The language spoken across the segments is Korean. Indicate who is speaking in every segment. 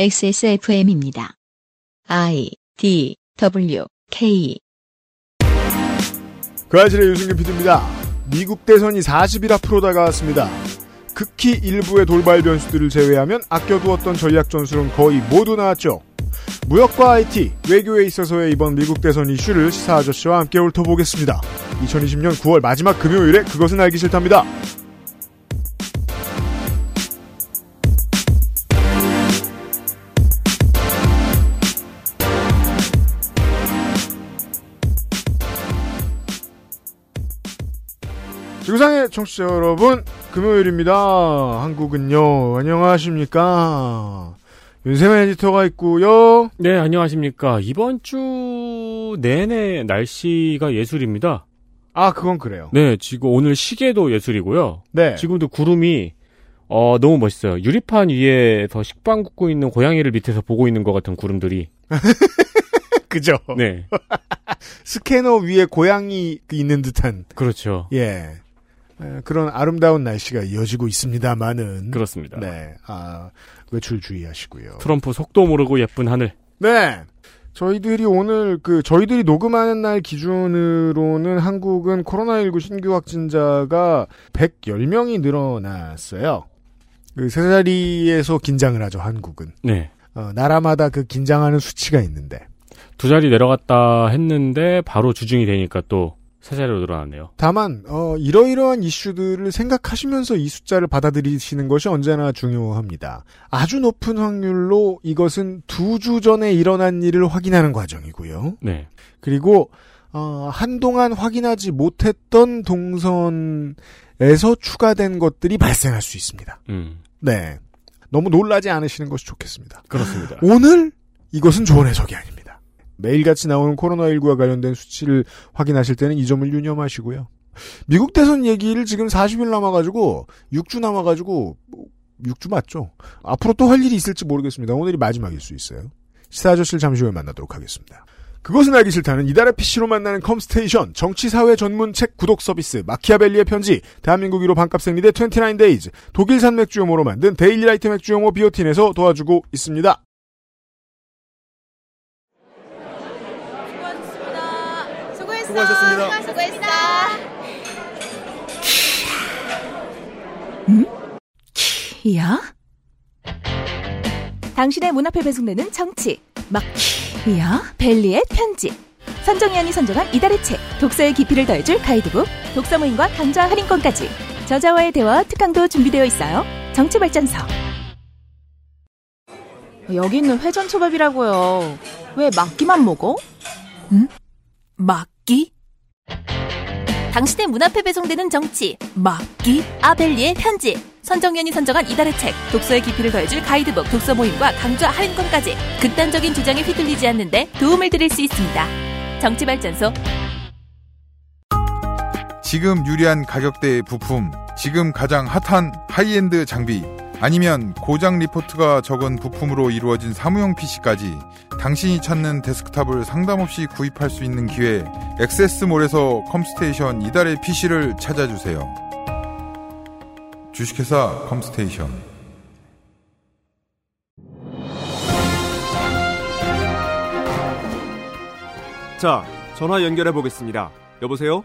Speaker 1: XSFM입니다. I D W K
Speaker 2: 그 아실의 유승균 PD입니다. 미국 대선이 40일 앞으로 다가왔습니다. 극히 일부의 돌발 변수들을 제외하면 아껴두었던 전략 전술은 거의 모두 나왔죠. 무역과 IT, 외교에 있어서의 이번 미국 대선 이슈를 시사 아저씨와 함께 훑어보겠습니다. 2020년 9월 마지막 금요일에 그것은 알기 싫답니다. 지구상의 청취자 여러분, 금요일입니다. 한국은요, 안녕하십니까. 윤세민 에디터가 있고요.
Speaker 3: 네, 안녕하십니까. 이번 주 내내 날씨가 예술입니다.
Speaker 2: 아, 그건 그래요.
Speaker 3: 네, 지금 오늘 시계도 예술이고요.
Speaker 2: 네.
Speaker 3: 지금도 구름이 어, 너무 멋있어요. 유리판 위에서 식빵 굽고 있는 고양이를 밑에서 보고 있는 것 같은 구름들이.
Speaker 2: 그죠.
Speaker 3: 네,
Speaker 2: 스캐너 위에 고양이 있는 듯한,
Speaker 3: 그렇죠.
Speaker 2: 예. 에, 그런 아름다운 날씨가 이어지고 있습니다만은.
Speaker 3: 그렇습니다.
Speaker 2: 네. 아, 외출 주의하시고요.
Speaker 3: 트럼프 속도 모르고 예쁜 하늘.
Speaker 2: 네. 저희들이 오늘 그 저희들이 녹음하는 날 기준으로는 한국은 코로나19 신규 확진자가 110명이 늘어났어요. 그세 자리에서 긴장을 하죠, 한국은.
Speaker 3: 네.
Speaker 2: 어, 나라마다 그 긴장하는 수치가 있는데
Speaker 3: 두 자리 내려갔다 했는데 바로 주중이 되니까 또 세 자리로 늘어났네요.
Speaker 2: 다만 어, 이러이러한 이슈들을 생각하시면서 이 숫자를 받아들이시는 것이 언제나 중요합니다. 아주 높은 확률로 이것은 두 주 전에 일어난 일을 확인하는 과정이고요.
Speaker 3: 네.
Speaker 2: 그리고 어, 한동안 확인하지 못했던 동선에서 추가된 것들이 발생할 수 있습니다.
Speaker 3: 음.
Speaker 2: 네. 너무 놀라지 않으시는 것이 좋겠습니다.
Speaker 3: 그렇습니다.
Speaker 2: 오늘 이것은 조언의 적이 아닙니다. 매일같이 나오는 코로나19와 관련된 수치를 확인하실 때는 이 점을 유념하시고요. 미국 대선 얘기를 지금 40일 남아가지고 6주 남아가지고 6주 맞죠? 앞으로 또 할 일이 있을지 모르겠습니다. 오늘이 마지막일 수 있어요. 시사 아저씨를 잠시 후에 만나도록 하겠습니다. 그것은 알기 싫다는 이달의 PC로 만나는 컴스테이션, 정치사회 전문 책 구독 서비스, 마키아벨리의 편지, 대한민국 1호 반값 생리대 29데이즈, 독일산 맥주용어로 만든 데일리라이트 맥주용어 비오틴에서 도와주고 있습니다.
Speaker 4: 수고하셨습니다. 수고했어.
Speaker 2: 수고하셨습니다.
Speaker 4: 수고했어.
Speaker 5: 키야? 당신의 문 앞에 배송되는 정치 막 키야? 벨리의 편지 선정위원이 선정한 이달의 책 독서의 깊이를 더해줄 가이드북 독서 모임과 강좌 할인권까지 저자와의 대화 특강도 준비되어 있어요 정치발전서
Speaker 6: 여기 있는 회전초밥이라고요. 왜 막기만 먹어?
Speaker 5: 막기 당신의 문 앞에 배송되는 정치 막기 아벨리의 편지 선정위원이 선정한 이달의 책 독서의 깊이를 더해줄 가이드북 독서 모임과 강좌 할인권까지 극단적인 주장에 휘둘리지 않는데 도움을 드릴 수 있습니다 정치발전소
Speaker 7: 지금 유리한 가격대의 부품, 지금 가장 핫한 하이엔드 장비, 아니면 고장 리포트가 적은 부품으로 이루어진 사무용 PC까지 당신이 찾는 데스크탑을 상담 없이 구입할 수 있는 기회, 액세스몰에서 컴스테이션 이달의 PC를 찾아주세요. 주식회사 컴스테이션.
Speaker 8: 자, 전화 연결해 보겠습니다. 여보세요?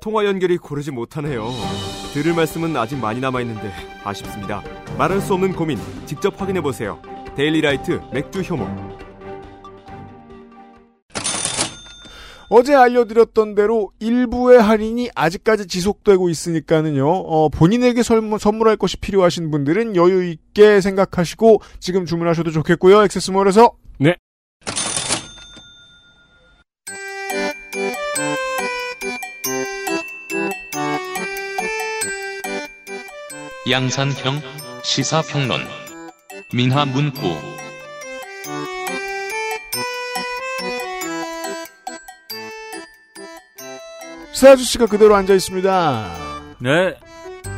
Speaker 8: 통화 연결이 고르지 못하네요. 들을 말씀은 아직 많이 남아 있는데 아쉽습니다. 말할 수 없는 고민 직접 확인해 보세요. 데일리라이트 맥주 효모.
Speaker 2: 어제 알려드렸던 대로 일부의 할인이 아직까지 지속되고 있으니까는요. 어, 본인에게 설- 선물할 것이 필요하신 분들은 여유 있게 생각하시고 지금 주문하셔도 좋겠고요. 액세스몰에서
Speaker 3: 네.
Speaker 9: 양산형 시사평론 민화문구
Speaker 2: 새 아저씨가 그대로 앉아 있습니다.
Speaker 10: 네.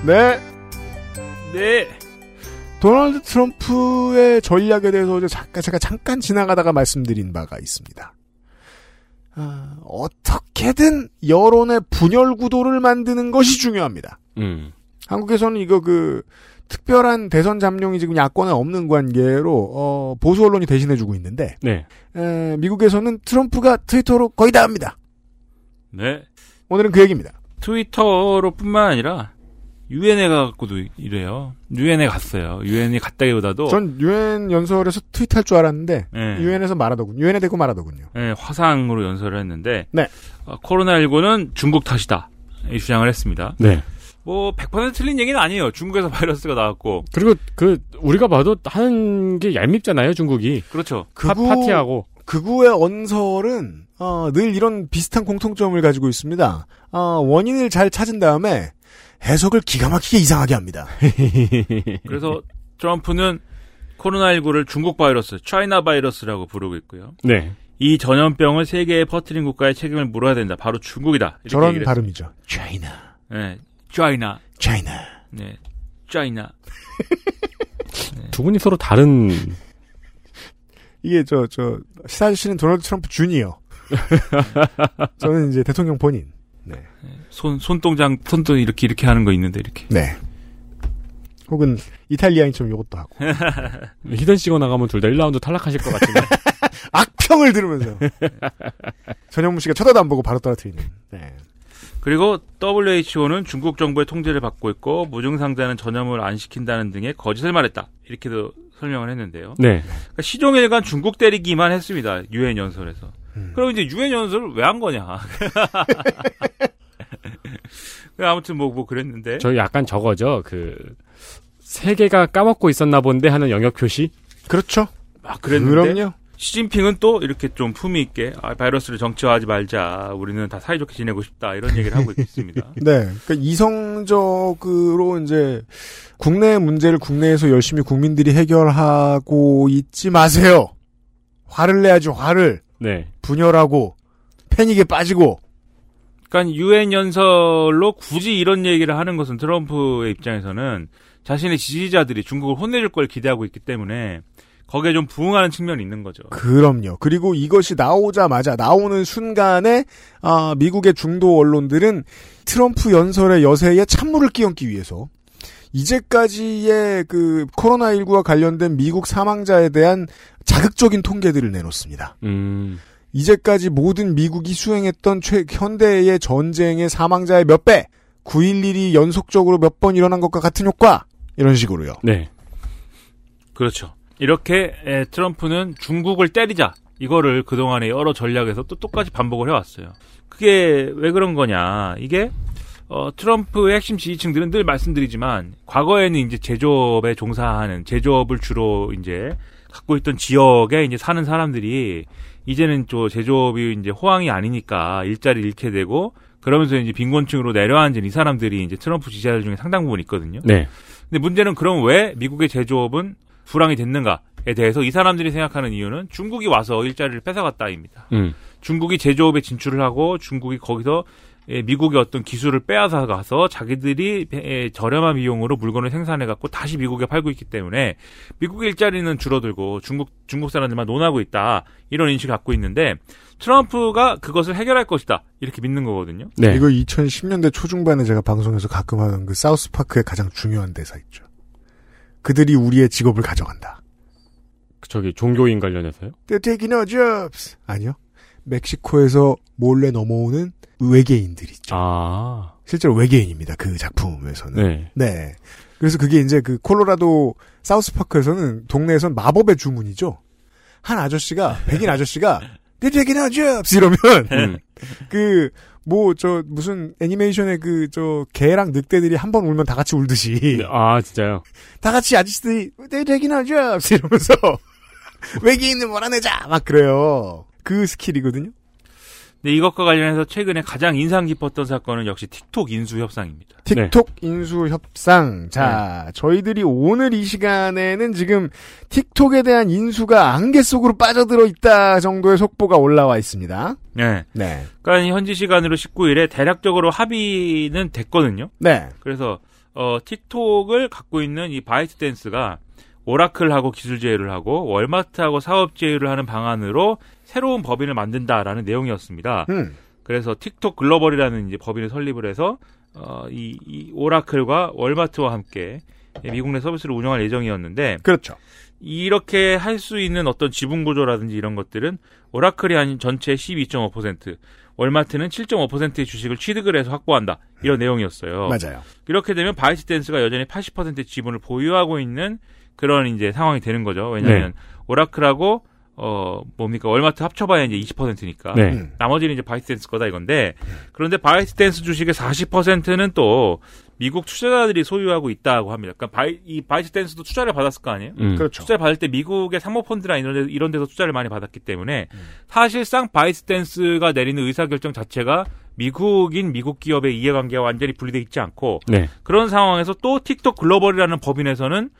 Speaker 2: 네.
Speaker 10: 네.
Speaker 2: 도널드 트럼프의 전략에 대해서 어제 잠깐, 제가 잠깐 지나가다가 말씀드린 바가 있습니다. 아, 어떻게든 여론의 분열 구도를 만드는 것이 중요합니다.
Speaker 3: 음.
Speaker 2: 한국에서는 이거 그 특별한 대선 잠룡이 지금 야권에 없는 관계로 어, 보수 언론이 대신해주고 있는데
Speaker 3: 네.
Speaker 2: 에, 미국에서는 트럼프가 트위터로 거의 다 합니다.
Speaker 10: 네.
Speaker 2: 오늘은 그 얘기입니다.
Speaker 10: 트위터로뿐만 아니라 유엔에 가갖고도 이래요. 유엔에 갔어요. 유엔에 갔다기보다도
Speaker 2: 전 유엔 연설에서 트윗할 줄 알았는데
Speaker 10: 네.
Speaker 2: 유엔에서 말하더군요. 유엔에 대고 말하더군요.
Speaker 10: 예, 화상으로 연설을 했는데
Speaker 2: 네.
Speaker 10: 어, 코로나19는 중국 탓이다. 이 주장을 했습니다.
Speaker 3: 네.
Speaker 10: 뭐 100% 틀린 얘기는 아니에요. 중국에서 바이러스가 나왔고
Speaker 3: 그리고 그 우리가 봐도 하는 게 얄밉잖아요, 중국이.
Speaker 10: 그렇죠.
Speaker 3: 파, 파티하고.
Speaker 2: 그구의 언설은 어, 늘 이런 비슷한 공통점을 가지고 있습니다. 어, 원인을 잘 찾은 다음에 해석을 기가 막히게 이상하게 합니다.
Speaker 10: 그래서 트럼프는 코로나19를 중국 바이러스, 차이나 바이러스라고 부르고 있고요.
Speaker 3: 네.
Speaker 10: 이 전염병을 세계에 퍼뜨린 국가의 책임을 물어야 된다. 바로 중국이다. 이렇게
Speaker 2: 저런
Speaker 10: 얘기를
Speaker 2: 발음이죠. China,
Speaker 10: 네. 차이나.
Speaker 2: China.
Speaker 10: 네. 차이나. 네.
Speaker 3: 두 분이 서로 다른
Speaker 2: 이게 저 저 시사 씨는 도널드 트럼프 주니어. 저는 이제 대통령 본인.
Speaker 10: 손 손동장 손도 이렇게 이렇게 하는 거 있는데 이렇게.
Speaker 2: 네. 혹은 이탈리아인처럼 이것도 하고
Speaker 3: 히든 씨거 나가면 둘 다 1라운드 탈락하실 것 같은데.
Speaker 2: 악평을 들으면서 전현무 씨가 쳐다도 안 보고 바로 떨어뜨리는. 네.
Speaker 10: 그리고 WHO는 중국 정부의 통제를 받고 있고 무증상자는 전염을 안 시킨다는 등의 거짓을 말했다. 이렇게도 설명을 했는데요.
Speaker 3: 네.
Speaker 10: 그러니까 시종일관 중국 때리기만 했습니다. 유엔 연설에서. 그럼 이제 유엔 연설을 왜 한 거냐. 아무튼 뭐, 뭐 그랬는데.
Speaker 3: 저희 약간 저거죠. 그 세계가 까먹고 있었나 본데 하는 영역 표시.
Speaker 2: 그렇죠.
Speaker 10: 아, 그랬는데.
Speaker 2: 그럼요.
Speaker 10: 시진핑은 또 이렇게 좀 품위 있게 아, 바이러스를 정치화하지 말자. 우리는 다 사이좋게 지내고 싶다. 이런 얘기를 하고 있습니다.
Speaker 2: 네. 그러니까 이성적으로 이제 국내 문제를 국내에서 열심히 국민들이 해결하고 있지 마세요. 화를 내야지 화를
Speaker 3: 네.
Speaker 2: 분열하고 패닉에 빠지고
Speaker 10: 그러니까 유엔 연설로 굳이 이런 얘기를 하는 것은 트럼프의 입장에서는 자신의 지지자들이 중국을 혼내줄 걸 기대하고 있기 때문에 거기에 좀 부응하는 측면이 있는 거죠.
Speaker 2: 그럼요. 그리고 이것이 나오자마자 나오는 순간에 아, 미국의 중도 언론들은 트럼프 연설의 여세에 찬물을 끼얹기 위해서 이제까지의 그 코로나19와 관련된 미국 사망자에 대한 자극적인 통계들을 내놓습니다.
Speaker 3: 음.
Speaker 2: 이제까지 모든 미국이 수행했던 최, 현대의 전쟁의 사망자의 몇 배, 9.11이 연속적으로 몇 번 일어난 것과 같은 효과, 이런 식으로요.
Speaker 3: 네.
Speaker 10: 그렇죠. 이렇게 에, 트럼프는 중국을 때리자 이거를 그동안의 여러 전략에서 또 똑같이 반복을 해왔어요. 그게 왜 그런 거냐. 이게 어, 트럼프의 핵심 지지층들은 늘 말씀드리지만 과거에는 이제 제조업에 종사하는 제조업을 주로 이제 갖고 있던 지역에 이제 사는 사람들이 이제는 또 제조업이 이제 호황이 아니니까 일자리를 잃게 되고 그러면서 이제 빈곤층으로 내려앉은 이 사람들이 이제 트럼프 지지자들 중에 상당 부분 있거든요.
Speaker 3: 네.
Speaker 10: 근데 문제는 그럼 왜 미국의 제조업은 불황이 됐는가에 대해서 이 사람들이 생각하는 이유는 중국이 와서 일자리를 뺏어갔다입니다.
Speaker 3: 음.
Speaker 10: 중국이 제조업에 진출을 하고 중국이 거기서 예, 미국의 어떤 기술을 빼앗아 가서 자기들이 예, 저렴한 비용으로 물건을 생산해 갖고 다시 미국에 팔고 있기 때문에 미국 일자리는 줄어들고 중국 중국 사람들만 논하고 있다 이런 인식을 갖고 있는데 트럼프가 그것을 해결할 것이다 이렇게 믿는 거거든요.
Speaker 3: 네.
Speaker 2: 이거 2010년대 초중반에 제가 방송에서 가끔 하던 그 사우스파크의 가장 중요한 대사 있죠. 그들이 우리의 직업을 가져간다.
Speaker 3: 그 저기 종교인 관련해서요?
Speaker 2: They're taking our jobs. 아니요. 멕시코에서 몰래 넘어오는 외계인들이.
Speaker 3: 아.
Speaker 2: 실제로 외계인입니다. 그 작품에서는.
Speaker 3: 네.
Speaker 2: 네. 그래서 그게 이제 그 콜로라도 사우스파크에서는 동네에선 마법의 주문이죠. 한 아저씨가 백인 아저씨가 되긴 하죠. 이러면
Speaker 3: 음.
Speaker 2: 그 뭐 저 무슨 애니메이션의 그 저 개랑 늑대들이 한 번 울면 다 같이 울듯이
Speaker 3: 네, 아, 진짜요?
Speaker 2: 다 같이 아저씨들이 되긴 하죠. 이러면서 외계인을 몰아내자 막 그래요. 그 스킬이거든요.
Speaker 10: 근데 이것과 관련해서 최근에 가장 인상 깊었던 사건은 역시 틱톡 인수 협상입니다.
Speaker 2: 틱톡 인수 협상. 자, 저희들이 오늘 이 시간에는 지금 틱톡에 대한 인수가 안개 속으로 빠져들어 있다 정도의 속보가 올라와 있습니다.
Speaker 10: 네.
Speaker 2: 네.
Speaker 10: 그러니까 현지 시간으로 19일에 대략적으로 합의는 됐거든요.
Speaker 2: 네.
Speaker 10: 그래서 어, 틱톡을 갖고 있는 이 바이트댄스가 오라클하고 기술 제휴를 하고 월마트하고 사업 제휴를 하는 방안으로 새로운 법인을 만든다라는 내용이었습니다.
Speaker 2: 음.
Speaker 10: 그래서 틱톡 글로벌이라는 이제 법인을 설립을 해서 어, 이, 이 오라클과 월마트와 함께 미국 내 서비스를 운영할 예정이었는데
Speaker 2: 그렇죠.
Speaker 10: 이렇게 할 수 있는 어떤 지분 구조라든지 이런 것들은 오라클이 한 전체 12.5%, 월마트는 7.5%의 주식을 취득을 해서 확보한다. 이런 내용이었어요.
Speaker 2: 맞아요.
Speaker 10: 이렇게 되면 바이트댄스가 여전히 80% 지분을 보유하고 있는 그런 이제 상황이 되는 거죠. 왜냐하면
Speaker 2: 네.
Speaker 10: 오라클하고 어 뭡니까 월마트 합쳐봐야 이제 20%니까
Speaker 3: 네. 음.
Speaker 10: 나머지는 이제 바이트댄스 거다 이건데 그런데 바이트댄스 주식의 40%는 또 미국 투자자들이 소유하고 있다고 합니다. 그러니까 바이, 이 바이트댄스도 투자를 받았을 거 아니에요?
Speaker 3: 음.
Speaker 2: 그렇죠.
Speaker 10: 투자 를 받을 때 미국의 상모펀드나 이런, 데, 이런 데서 투자를 많이 받았기 때문에
Speaker 2: 음.
Speaker 10: 사실상 바이스댄스가 내리는 의사결정 자체가 미국인 미국 기업의 이해관계와 완전히 분리돼 있지 않고
Speaker 3: 네.
Speaker 10: 그런 상황에서 또 틱톡 글로벌이라는 법인에서는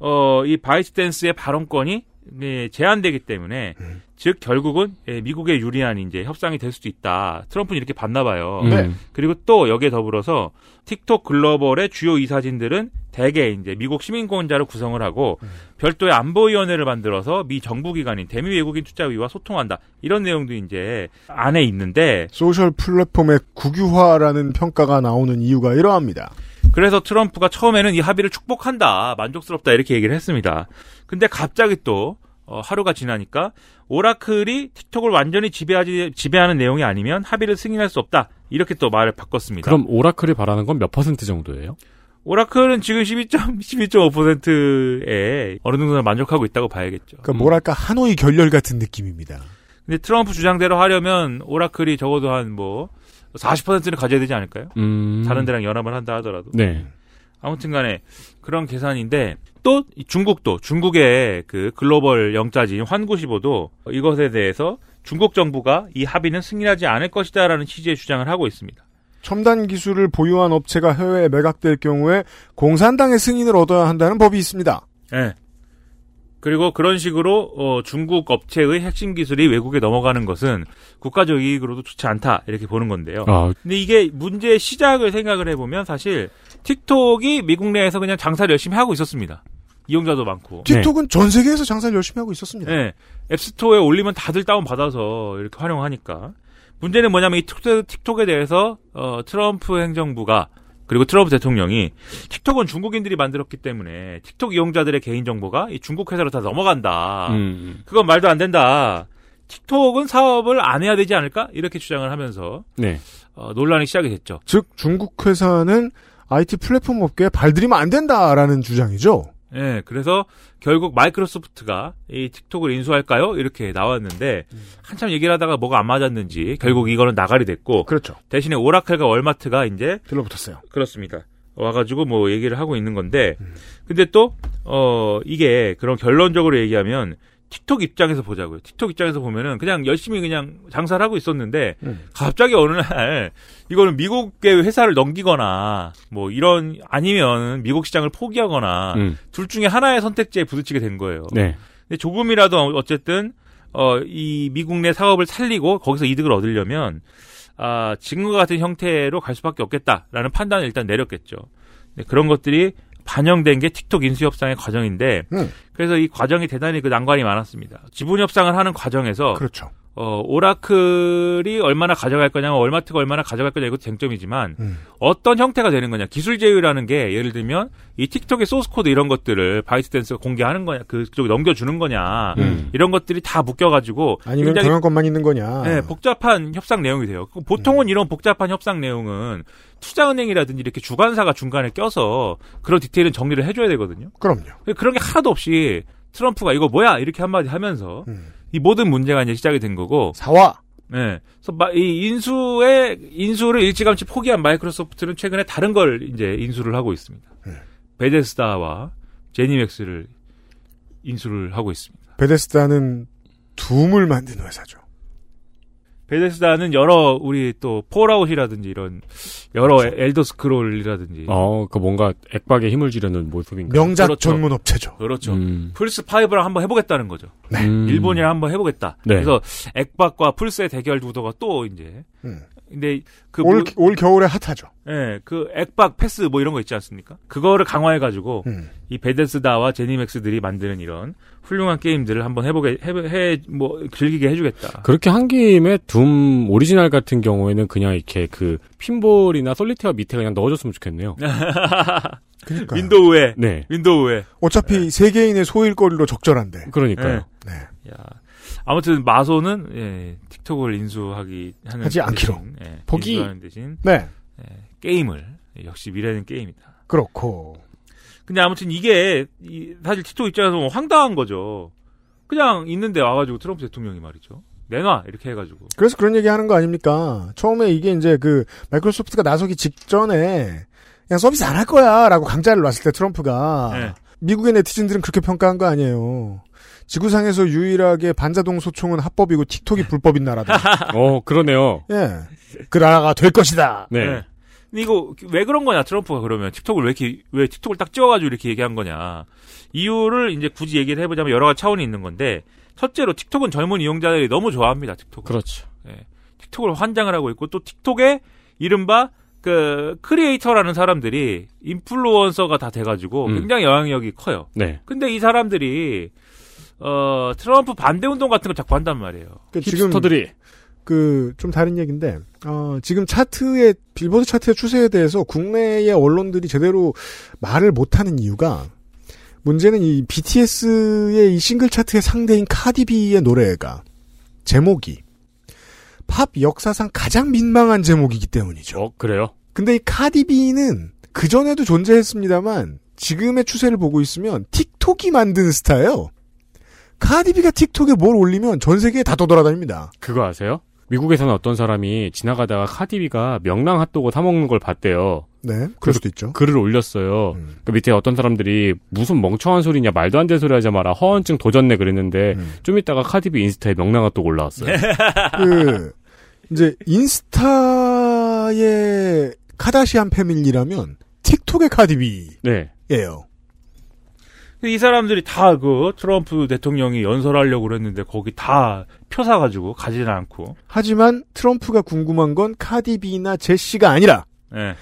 Speaker 10: 어, 이 바이스댄스의 발언권이 예, 제한되기 때문에
Speaker 2: 음.
Speaker 10: 즉 결국은 예, 미국에 유리한 이제 협상이 될 수도 있다. 트럼프는 이렇게 봤나 봐요.
Speaker 3: 네.
Speaker 10: 그리고 또 여기에 더불어서 틱톡 글로벌의 주요 이사진들은 대개 이제 미국 시민권자로 구성을 하고 별도의 안보위원회를 만들어서 미 정부기관인 대미 외국인 투자위와 소통한다 이런 내용도 이제 안에 있는데
Speaker 2: 소셜 플랫폼의 국유화라는 평가가 나오는 이유가 이러합니다.
Speaker 10: 그래서 트럼프가 처음에는 이 합의를 축복한다, 만족스럽다 이렇게 얘기를 했습니다. 근데 갑자기 또 어, 하루가 지나니까 오라클이 틱톡을 완전히 지배하지 지배하는 내용이 아니면 합의를 승인할 수 없다 이렇게 또 말을 바꿨습니다.
Speaker 3: 그럼 오라클이 바라는 건 몇 퍼센트 정도예요?
Speaker 10: 오라클은 지금 12.12.5%에 어느 정도는 만족하고 있다고 봐야겠죠.
Speaker 2: 그러니까 뭐랄까 하노이 결렬 같은 느낌입니다.
Speaker 10: 근데 트럼프 주장대로 하려면 오라클이 적어도 한 뭐 40%는 가져야 되지 않을까요?
Speaker 3: 음.
Speaker 10: 다른 데랑 연합을 한다 하더라도.
Speaker 3: 네.
Speaker 10: 아무튼 간에 그런 계산인데 또이 중국도 중국의 그 글로벌 영자지인 환구시보도 이것에 대해서 중국 정부가 이 합의는 승인하지 않을 것이다라는 취지의 주장을 하고 있습니다.
Speaker 2: 첨단 기술을 보유한 업체가 해외에 매각될 경우에 공산당의 승인을 얻어야 한다는 법이 있습니다.
Speaker 10: 예. 그리고 그런 식으로 어, 중국 업체의 핵심 기술이 외국에 넘어가는 것은 국가적 이익으로도 좋지 않다 이렇게 보는 건데요.
Speaker 3: 아,
Speaker 10: 근데 이게 문제의 시작을 생각을 해보면 사실 틱톡이 미국 내에서 그냥 장사를 열심히 하고 있었습니다. 이용자도 많고.
Speaker 2: 틱톡은 전 세계에서 장사를 열심히 하고 있었습니다.
Speaker 10: 예. 앱스토어에 올리면 다들 다운받아서 이렇게 활용하니까. 문제는 뭐냐면 이 틱톡, 틱톡에 대해서 어, 트럼프 행정부가 그리고 트럼프 대통령이 틱톡은 중국인들이 만들었기 때문에 틱톡 이용자들의 개인정보가 이 중국 회사로 다 넘어간다.
Speaker 3: 음.
Speaker 10: 그건 말도 안 된다. 틱톡은 사업을 안 해야 되지 않을까? 이렇게 주장을 하면서
Speaker 3: 네.
Speaker 10: 어, 논란이 시작이 됐죠.
Speaker 2: 즉 중국 회사는 IT 플랫폼 업계에 발들이면 안 된다라는 주장이죠.
Speaker 10: 예, 그래서 결국 마이크로소프트가 이 틱톡을 인수할까요? 이렇게 나왔는데
Speaker 2: 음.
Speaker 10: 한참 얘기를 하다가 뭐가 안 맞았는지 결국 이거는 나가리 됐고
Speaker 2: 그렇죠.
Speaker 10: 대신에 오라클과 월마트가 이제
Speaker 2: 들러붙었어요.
Speaker 10: 그렇습니다. 음. 와가지고 뭐 얘기를 하고 있는 건데 근데 또 어, 이게 그런 결론적으로 얘기하면 틱톡 입장에서 보자고요. 틱톡 입장에서 보면은 그냥 열심히 그냥 장사를 하고 있었는데
Speaker 2: 음.
Speaker 10: 갑자기 어느 날 이거는 미국의 회사를 넘기거나 뭐 이런 아니면 미국 시장을 포기하거나
Speaker 3: 음.
Speaker 10: 둘 중에 하나의 선택지에 부딪히게 된 거예요.
Speaker 3: 네.
Speaker 10: 근데 조금이라도 어쨌든 어 이 미국 내 사업을 살리고 거기서 이득을 얻으려면 아 지금과 같은 형태로 갈 수밖에 없겠다라는 판단을 일단 내렸겠죠. 근데 그런 것들이 반영된 게 틱톡 인수 협상의 과정인데
Speaker 2: 음.
Speaker 10: 그래서 이 과정이 대단히 그 난관이 많았습니다. 지분 협상을 하는 과정에서
Speaker 2: 그렇죠.
Speaker 10: 어 오라클이 얼마나 가져갈 거냐, 월마트가 얼마나 가져갈 거냐 이것도 쟁점이지만
Speaker 2: 음.
Speaker 10: 어떤 형태가 되는 거냐. 기술 제휴라는 게 예를 들면 이 틱톡의 소스 코드 이런 것들을 바이트댄스가 공개하는 거냐, 그쪽에 넘겨주는 거냐
Speaker 3: 음.
Speaker 10: 이런 것들이 다 묶여가지고
Speaker 2: 아니면 아.
Speaker 10: 굉장히
Speaker 2: 경영권만 있는 거냐.
Speaker 10: 네, 복잡한 협상 내용이 돼요. 그
Speaker 2: 음.
Speaker 10: 보통은 이런 복잡한 협상 내용은 투자은행이라든지 이렇게 주관사가 중간에 껴서 그런 디테일은 정리를 해줘야 되거든요.
Speaker 2: 그럼요.
Speaker 10: 근데 그런 게 하나도 없이 트럼프가 이거 뭐야 이렇게 한마디 하면서
Speaker 2: 음.
Speaker 10: 이 모든 문제가 이제 시작이 된 거고
Speaker 2: 사와.
Speaker 10: 네. 그래서 마- 이 인수의 인수를 일찌감치 포기한 마이크로소프트는 최근에 다른 걸 이제 인수를 하고 있습니다.
Speaker 2: 네.
Speaker 10: 베데스다와 제니맥스를 인수를 하고 있습니다.
Speaker 2: 베데스다는 둠을 만든 회사죠.
Speaker 10: 베데스다는 여러 우리 또 폴아웃이라든지 이런 여러 엘더 스크롤이라든지
Speaker 3: 어, 그 뭔가 액박에 힘을 주려는 모습인가.
Speaker 10: 명작
Speaker 2: 전문 업체죠.
Speaker 10: 그렇죠.
Speaker 3: 음.
Speaker 10: 플스 5랑 한번 해보겠다는 거죠.
Speaker 2: 네.
Speaker 10: 음. 일본이랑 한번 해보겠다.
Speaker 3: 네.
Speaker 10: 그래서 액박과 플스의 대결 구도가 또 이제
Speaker 2: 음.
Speaker 10: 근데 그
Speaker 2: 올,
Speaker 10: 물-
Speaker 2: 올 겨울에 핫하죠.
Speaker 10: 예, 그 액박 패스 뭐 이런 거 있지 않습니까? 그거를
Speaker 2: 네.
Speaker 10: 강화해가지고
Speaker 2: 음.
Speaker 10: 이 베데스다와 제니맥스들이 만드는 이런 훌륭한 게임들을 한번 해보게 해뭐 즐기게 해주겠다.
Speaker 3: 그렇게 한 김에 둠 오리지널 같은 경우에는 그냥 이렇게 그 핀볼이나 솔리테어 밑에 그냥 넣어줬으면 좋겠네요.
Speaker 10: 윈도우에 네.
Speaker 3: 네.
Speaker 10: 윈도우에
Speaker 2: 어차피 세계인의 소일거리로 적절한데.
Speaker 3: 그러니까요.
Speaker 2: 네.
Speaker 10: 예. 야, 아무튼 마소는 예, 틱톡을 인수하기 하는
Speaker 2: 하지
Speaker 10: 대신,
Speaker 2: 않기로.
Speaker 10: 예,
Speaker 2: 보기.
Speaker 10: 인수하는 대신
Speaker 2: 네.
Speaker 10: 예, 게임을 역시 미래는 게임이다.
Speaker 2: 그렇고.
Speaker 10: 근데 아무튼 이게 이- 사실 틱톡 입장에서 보면 황당한 거죠. 그냥 있는데 와가지고 트럼프 대통령이 말이죠. 내놔 이렇게 해가지고
Speaker 2: 그래서 그런 얘기 하는 거 아닙니까? 처음에 이게 이제 그 마이크로소프트가 나서기 직전에 그냥 서비스 안 할 거야 라고 강자를 놨을 때 트럼프가
Speaker 10: 네.
Speaker 2: 미국의 네티즌들은 그렇게 평가한 거 아니에요. 지구상에서 유일하게 반자동 소총은 합법이고 틱톡이 불법인 나라다.
Speaker 3: 어, 그러네요.
Speaker 2: 예. 그 나라가 될 것이다.
Speaker 10: 네. 근데 이거 왜 그런 거냐 트럼프가 그러면 틱톡을 왜 이렇게 왜 틱톡을 딱 찍어가지고 이렇게 얘기한 거냐 이유를 이제 굳이 얘기를 해보자면 여러 가지 차원이 있는 건데 첫째로 틱톡은 젊은 이용자들이 너무 좋아합니다 틱톡
Speaker 3: 그렇죠
Speaker 10: 틱톡을 환장을 하고 있고 또 틱톡에 이른바 그 크리에이터라는 사람들이 인플루언서가 다 돼가지고
Speaker 3: 음.
Speaker 10: 굉장히 영향력이 커요.
Speaker 3: 네.
Speaker 10: 근데 이 사람들이 어 트럼프 반대 운동 같은 걸 자꾸 한단 말이에요.
Speaker 2: 그 그좀 다른 얘기인데 어, 지금 차트의 빌보드 차트의 추세에 대해서 국내의 언론들이 제대로 말을 못하는 이유가 문제는 이 BTS의 이 싱글 차트의 상대인 카디비의 노래가 제목이 팝 역사상 가장 민망한 제목이기 때문이죠.
Speaker 3: 어, 그래요?
Speaker 2: 근데 이 카디비는 그 전에도 존재했습니다만 지금의 추세를 보고 있으면 틱톡이 만든 스타예요. 카디비가 틱톡에 뭘 올리면 전 세계에 다 떠돌아다닙니다.
Speaker 3: 그거 아세요? 미국에서는 어떤 사람이 지나가다가 카디비가 명랑 핫도그 사 먹는 걸 봤대요.
Speaker 2: 네,
Speaker 3: 그래서
Speaker 2: 그럴 수도 있죠.
Speaker 3: 글을 올렸어요.
Speaker 10: 음.
Speaker 3: 그 밑에 어떤 사람들이 무슨 멍청한 소리냐, 말도 안 되는 소리 하지 마라, 허언증 도전네 그랬는데,
Speaker 10: 음.
Speaker 3: 좀 이따가 카디비 인스타에 명랑 핫도그 올라왔어요.
Speaker 2: 그 이제 인스타의 카다시안 패밀리라면 틱톡의 카디비예요.
Speaker 3: 네.
Speaker 10: 근데 이 사람들이 다 그 트럼프 대통령이 연설하려고 그랬는데 거기 다 표 사가지고 가지는 않고.
Speaker 2: 하지만 트럼프가 궁금한 건 카디비나 제시가 아니라
Speaker 10: 예.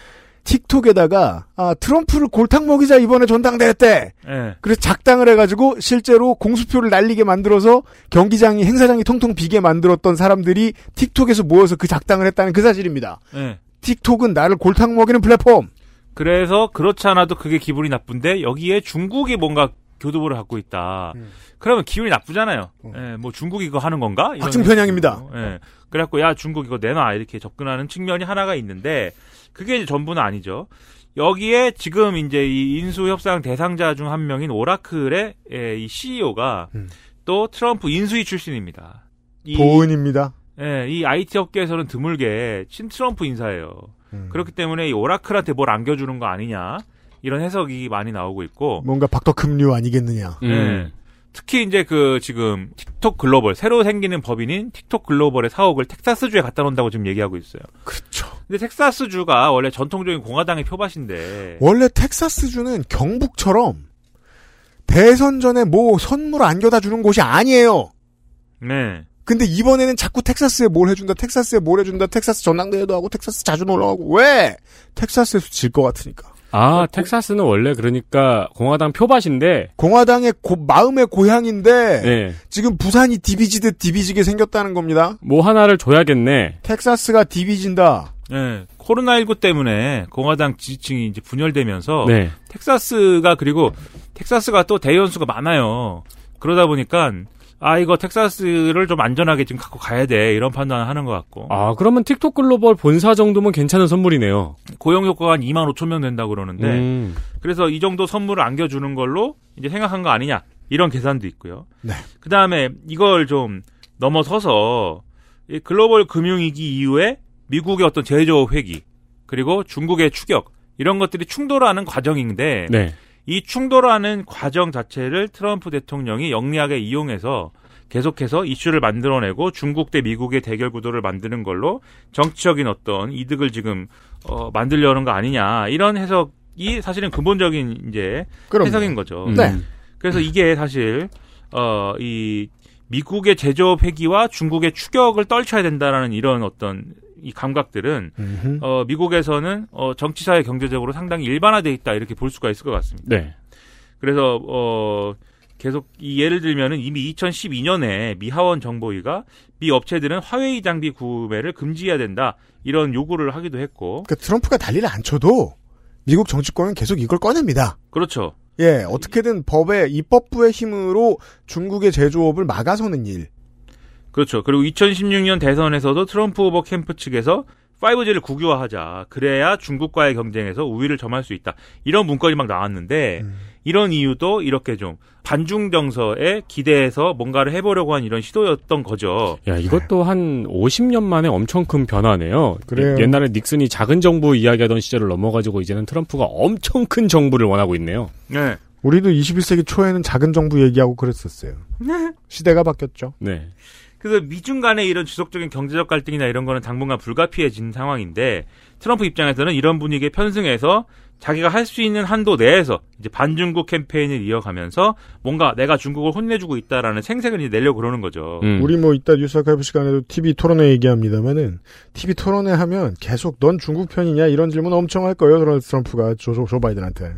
Speaker 2: 틱톡에다가 아 트럼프를 골탕 먹이자 이번에 전당대회 때
Speaker 10: 예.
Speaker 2: 그래서 작당을 해가지고 실제로 공수표를 날리게 만들어서 경기장이 행사장이 통통 비게 만들었던 사람들이 틱톡에서 모여서 그 작당을 했다는 그 사실입니다.
Speaker 10: 예.
Speaker 2: 틱톡은 나를 골탕 먹이는 플랫폼.
Speaker 10: 그래서 그렇지 않아도 그게 기분이 나쁜데 여기에 중국이 뭔가 교두보를 갖고 있다.
Speaker 2: 음.
Speaker 10: 그러면 기분이 나쁘잖아요. 예, 뭐 중국이 이거 하는 건가? 이런
Speaker 2: 어. 확증 편향입니다.
Speaker 10: 느낌으로. 예. 그래갖고 야 중국 이거 내놔 이렇게 접근하는 측면이 하나가 있는데 그게 이제 전부는 아니죠. 여기에 지금 이제 이 인수 협상 대상자 중 한 명인 오라클의 예, 이 CEO가
Speaker 2: 음.
Speaker 10: 또 트럼프 인수위 출신입니다. 이-
Speaker 2: 보은입니다.
Speaker 10: 예, 이 IT 업계에서는 드물게 친 트럼프 인사예요. 그렇기 때문에 이 오라클한테 뭘 안겨주는 거 아니냐 이런 해석이 많이 나오고 있고
Speaker 2: 뭔가 박덕금류 아니겠느냐.
Speaker 3: 음.
Speaker 10: 예. 특히 이제 그 지금 틱톡 글로벌 새로 생기는 법인인 틱톡 글로벌의 사옥을 텍사스주에 갖다 놓는다고 지금 얘기하고 있어요.
Speaker 2: 그렇죠.
Speaker 10: 근데 텍사스주가 원래 전통적인 공화당의 표밭인데
Speaker 2: 원래 텍사스주는 경북처럼 대선 전에 뭐 선물 안겨다 주는 곳이 아니에요.
Speaker 10: 네.
Speaker 2: 근데 이번에는 자꾸 텍사스에 뭘 해준다, 텍사스에 뭘 해준다, 텍사스 전당대회도 하고, 텍사스 자주 놀러가고, 왜? 텍사스에서 질 것 같으니까.
Speaker 3: 아, 텍사스는 원래 그러니까 공화당 표밭인데,
Speaker 2: 공화당의 고- 마음의 고향인데,
Speaker 3: 네.
Speaker 2: 지금 부산이 디비지듯 디비지게 생겼다는 겁니다.
Speaker 3: 뭐 하나를 줘야겠네.
Speaker 2: 텍사스가 디비진다.
Speaker 10: 예, 코로나19 때문에 공화당 지지층이 이제 분열되면서
Speaker 3: 네.
Speaker 10: 텍사스가 그리고 텍사스가 또 대의원수가 많아요. 그러다 보니까 아 이거 텍사스를 좀 안전하게 지금 갖고 가야 돼 이런 판단을 하는 것 같고
Speaker 3: 아, 그러면 틱톡 글로벌 본사 정도면 괜찮은 선물이네요.
Speaker 10: 고용 효과가 한 2만 5천 명 된다 고 그러는데
Speaker 3: 음.
Speaker 10: 그래서 이 정도 선물을 안겨주는 걸로 이제 생각한 거 아니냐 이런 계산도 있고요.
Speaker 2: 네.
Speaker 10: 그 다음에 이걸 좀 넘어서서 이 글로벌 금융위기 이후에 미국의 어떤 제조 회기 그리고 중국의 추격 이런 것들이 충돌하는 과정인데
Speaker 3: 네.
Speaker 10: 이 충돌하는 과정 자체를 트럼프 대통령이 영리하게 이용해서 계속해서 이슈를 만들어내고 중국 대 미국의 대결 구도를 만드는 걸로 정치적인 어떤 이득을 지금 어, 만들려는 거 아니냐 이런 해석이 사실은 근본적인 이제
Speaker 11: 그럼요.
Speaker 10: 해석인 거죠.
Speaker 11: 네.
Speaker 10: 그래서 이게 사실 어, 이 미국의 제조업 회기와 중국의 추격을 떨쳐야 된다라는 이런 어떤 이 감각들은
Speaker 2: 그러니까
Speaker 10: 어, 미국에서는 어, 정치사회 경제적으로 상당히 일반화돼 있다 이렇게 볼 수가 있을 것 같습니다.
Speaker 3: 네.
Speaker 10: 그래서 어 계속 이 예를 들면은 이미 2012년에 미 하원 정보위가 미 업체들은 화웨이 장비 구매를 금지해야 된다 이런 요구를 하기도 했고
Speaker 2: 그러니까 트럼프가 달리를 안 쳐도 미국 정치권은 계속 이걸 꺼냅니다.
Speaker 10: 그렇죠.
Speaker 2: 예, 어떻게든 법의 입법부의 힘으로 중국의 제조업을 막아서는 일.
Speaker 10: 그렇죠. 그리고 2016년 대선에서도 트럼프 후보 캠프 측에서 5G를 국유화하자. 그래야 중국과의 경쟁에서 우위를 점할 수 있다. 이런 문건이 막 나왔는데 이런 이유도 이렇게 좀 반중 정서에 기대해서 뭔가를 해보려고 한 이런 시도였던 거죠.
Speaker 3: 야, 이것도 한 50년 만에 엄청 큰 변화네요.
Speaker 10: 그래요.
Speaker 3: 예- 옛날에 닉슨이 작은 정부 이야기하던 시절을 넘어가지고 이제는 트럼프가 엄청 큰 정부를 원하고 있네요.
Speaker 10: 네.
Speaker 2: 우리도 21세기 초에는 작은 정부 얘기하고 그랬었어요. 시대가 바뀌었죠.
Speaker 3: 네.
Speaker 10: 그래서 미중 간의 이런 지속적인 경제적 갈등이나 이런 거는 당분간 불가피해진 상황인데 트럼프 입장에서는 이런 분위기에 편승해서 자기가 할 수 있는 한도 내에서 이제 반중국 캠페인을 이어가면서 뭔가 내가 중국을 혼내주고 있다라는 생색을 이제 내려고 그러는 거죠.
Speaker 3: 음.
Speaker 2: 우리 뭐 이따 뉴스 아카이브 시간에도 TV 토론회 얘기합니다만은 TV 토론회 하면 계속 넌 중국 편이냐 이런 질문 엄청 할 거예요. 도널드 트럼프가 조, 조, 조 바이든한테.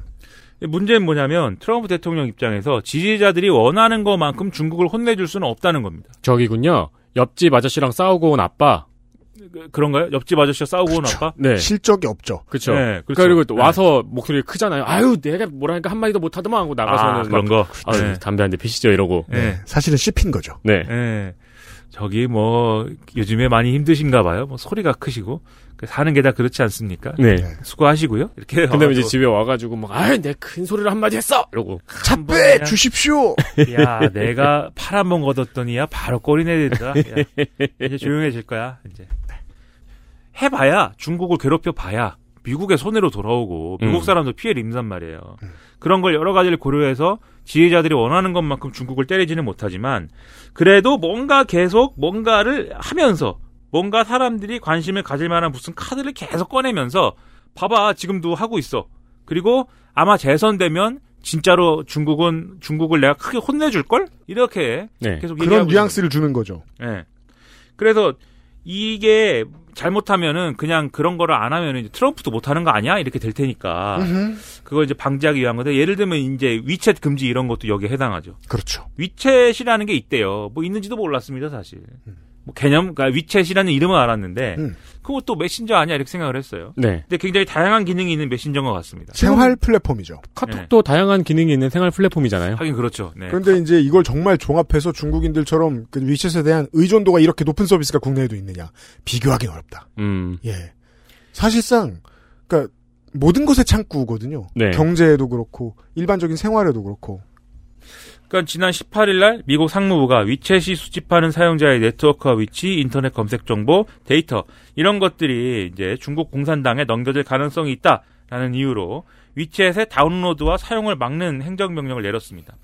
Speaker 10: 문제는 뭐냐면 트럼프 대통령 입장에서 지지자들이 원하는 것만큼 중국을 혼내줄 수는 없다는 겁니다.
Speaker 3: 저기군요. 옆집 아저씨랑 싸우고 온 아빠.
Speaker 10: 그런가요? 옆집 아저씨와 싸우고 온 아빠?
Speaker 3: 네.
Speaker 2: 실적이 없죠.
Speaker 3: 그렇죠.
Speaker 10: 네,
Speaker 3: 그
Speaker 10: 그렇죠.
Speaker 3: 러니까또 와서 목소리 크잖아요. 아유, 내가 뭐라니까 한마디도 못하더만 하고 나가서는.
Speaker 10: 아,
Speaker 3: 막
Speaker 10: 그런 거?
Speaker 3: 아,
Speaker 10: 네.
Speaker 3: 담배 한 대 피시죠, 이러고.
Speaker 10: 네.
Speaker 2: 사실은 씹힌 거죠.
Speaker 3: 네.
Speaker 10: 예. 저기 뭐 요즘에 많이 힘드신가 봐요. 뭐 소리가 크시고 그 사는 게 다 그렇지 않습니까?
Speaker 3: 네.
Speaker 10: 수고하시고요. 이렇게
Speaker 3: 근데
Speaker 10: 와가지고
Speaker 3: 이제 집에 와가지고 막, 아유, 내 큰 소리를 한마디 했어! 이러고.
Speaker 10: 번에 그냥-
Speaker 2: 주십시오.
Speaker 10: 야, 내가 파란봉 걷었더니야 바로 꼬리 내린다. 야, 이제 조용해질 거야. 이제 해봐야 중국을 괴롭혀 봐야 미국의 손해로 돌아오고 미국
Speaker 3: 음.
Speaker 10: 사람도 피해를 입는단 말이에요. 그런 걸 여러 가지를 고려해서 지휘자들이 원하는 것만큼 중국을 때리지는 못하지만 그래도 뭔가 계속 뭔가를 하면서 뭔가 사람들이 관심을 가질 만한 무슨 카드를 계속 꺼내면서 봐봐 지금도 하고 있어. 그리고 아마 재선되면 진짜로 중국은 중국을 내가 크게 혼내줄 걸 이렇게
Speaker 3: 네.
Speaker 10: 계속
Speaker 2: 네. 그런
Speaker 10: 얘기하고
Speaker 2: 뉘앙스를 주는 거죠.
Speaker 10: 예. 그래서 이게 잘못하면은 그냥 그런 거를 안 하면은 이제 트럼프도 못 하는 거 아니야? 이렇게 될 테니까.
Speaker 2: 음흠.
Speaker 10: 그걸 이제 방지하기 위한 건데 예를 들면 이제 위챗 금지 이런 것도 여기에 해당하죠.
Speaker 2: 그렇죠.
Speaker 10: 위챗이라는 게 있대요. 뭐 있는지도 몰랐습니다, 사실. 뭐 개념 그러니까 위챗이라는 이름은 알았는데
Speaker 2: 음.
Speaker 10: 그것도 메신저 아니야 이렇게 생각을 했어요.
Speaker 3: 네.
Speaker 10: 근데 굉장히 다양한 기능이 있는 메신저인 것 같습니다.
Speaker 2: 생활 플랫폼이죠.
Speaker 3: 카톡도 네. 다양한 기능이 있는 생활 플랫폼이잖아요.
Speaker 10: 하긴 그렇죠. 네.
Speaker 2: 그런데 이제 이걸 정말 종합해서 중국인들처럼 그 위챗에 대한 의존도가 이렇게 높은 서비스가 국내에도 있느냐 비교하기 어렵다.
Speaker 3: 음.
Speaker 2: 예. 사실상 그러니까 모든 것의 창구거든요.
Speaker 10: 네.
Speaker 2: 경제에도 그렇고 일반적인 생활에도 그렇고.
Speaker 10: 그러니까 지난 18일 날 미국 상무부가 위챗이 수집하는 사용자의 네트워크와 위치, 인터넷 검색 정보, 데이터 이런 것들이 이제 중국 공산당에 넘겨질 가능성이 있다라는 이유로 위챗의 다운로드와 사용을 막는 행정 명령을 내렸습니다.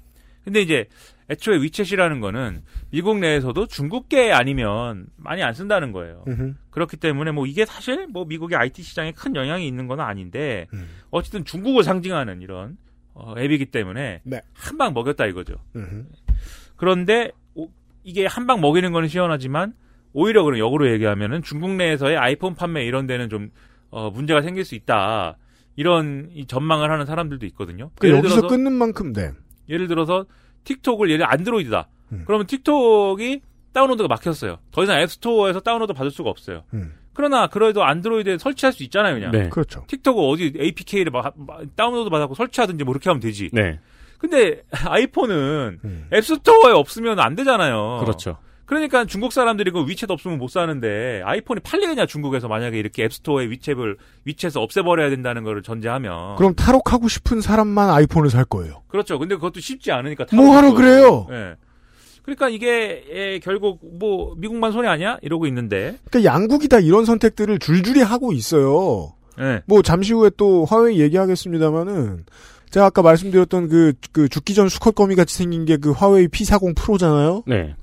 Speaker 10: 근데 이제 애초에 위챗이라는 거는 미국 내에서도 중국계 아니면 많이 안 쓴다는 거예요.
Speaker 2: 음.
Speaker 10: 그렇기 때문에 뭐 이게 사실 뭐 미국의 IT 시장에 큰 영향이 있는 건 아닌데 어쨌든 중국을 상징하는 이런 어, 앱이기 때문에 한 방 먹였다 이거죠. 그런데 오- 이게 한 방 먹이는 건 시원하지만 오히려 그럼 역으로 얘기하면은 중국 내에서의 아이폰 판매 이런 데는 좀 어, 문제가 생길 수 있다. 이런 이 전망을 하는 사람들도 있거든요.
Speaker 3: 그러니까
Speaker 2: 그
Speaker 10: 예를
Speaker 2: 여기서
Speaker 10: 들어서-
Speaker 2: 끊는 만큼 네.
Speaker 10: 예를 들어서 틱톡을 예를 안드로이드다.
Speaker 3: 음.
Speaker 10: 그러면 틱톡이 다운로드가 막혔어요. 더 이상 앱스토어에서 다운로드 받을 수가 없어요. 그러나 그래도 안드로이드에 설치할 수 있잖아요, 그냥.
Speaker 3: 음. 네.
Speaker 2: 그렇죠.
Speaker 10: 틱톡은 어디 APK를 막, 막 다운로드 받았고 설치하든지 뭐 이렇게 하면 되지.
Speaker 3: 네.
Speaker 10: 근데 아이폰은
Speaker 2: 음.
Speaker 10: 앱스토어에 없으면 안 되잖아요.
Speaker 3: 그렇죠.
Speaker 10: 그러니까 중국 사람들이 그 위챗 없으면 못 사는데 아이폰이 팔리느냐 중국에서 만약에 이렇게 앱스토어에 위챗을 위챗에서 없애버려야 된다는 거를 전제하면
Speaker 2: 그럼 탈옥하고 싶은 사람만 아이폰을 살 거예요.
Speaker 10: 그렇죠. 근데 그것도 쉽지 않으니까.
Speaker 2: 뭐 하러 그래요?
Speaker 10: 예. 그러니까 이게 예, 결국 뭐 미국만 손해 아니야? 이러고 있는데.
Speaker 2: 그러니까 양국이 다 이런 선택들을 줄줄이 하고 있어요.
Speaker 10: 예.
Speaker 2: 뭐 잠시 후에 또 화웨이 얘기하겠습니다마는 제가 아까 말씀드렸던 그, 그 죽기 전 수컷 거미 같이 생긴 게 그 화웨이 P40 프로잖아요.
Speaker 3: 네.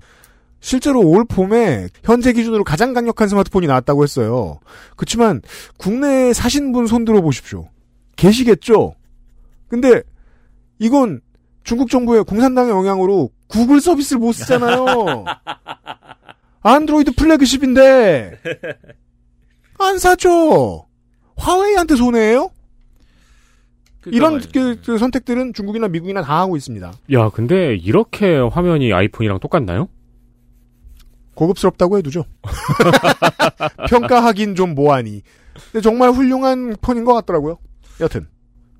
Speaker 2: 실제로 올 봄에 현재 기준으로 가장 강력한 스마트폰이 나왔다고 했어요. 그렇지만 국내에 사신 분 손들어 보십시오. 계시겠죠? 근데 이건 중국 정부의 공산당의 영향으로 구글 서비스를 못 쓰잖아요. 안드로이드 플래그십인데 안 사죠. 화웨이한테 손해예요?
Speaker 10: 그러니까
Speaker 2: 이런 그, 그 선택들은 중국이나 미국이나 다 하고 있습니다.
Speaker 3: 야, 근데 이렇게 화면이 아이폰이랑 똑같나요?
Speaker 2: 고급스럽다고 해두죠. 평가하긴 좀 뭐하니. 근데 정말 훌륭한 폰인 것 같더라고요. 여튼.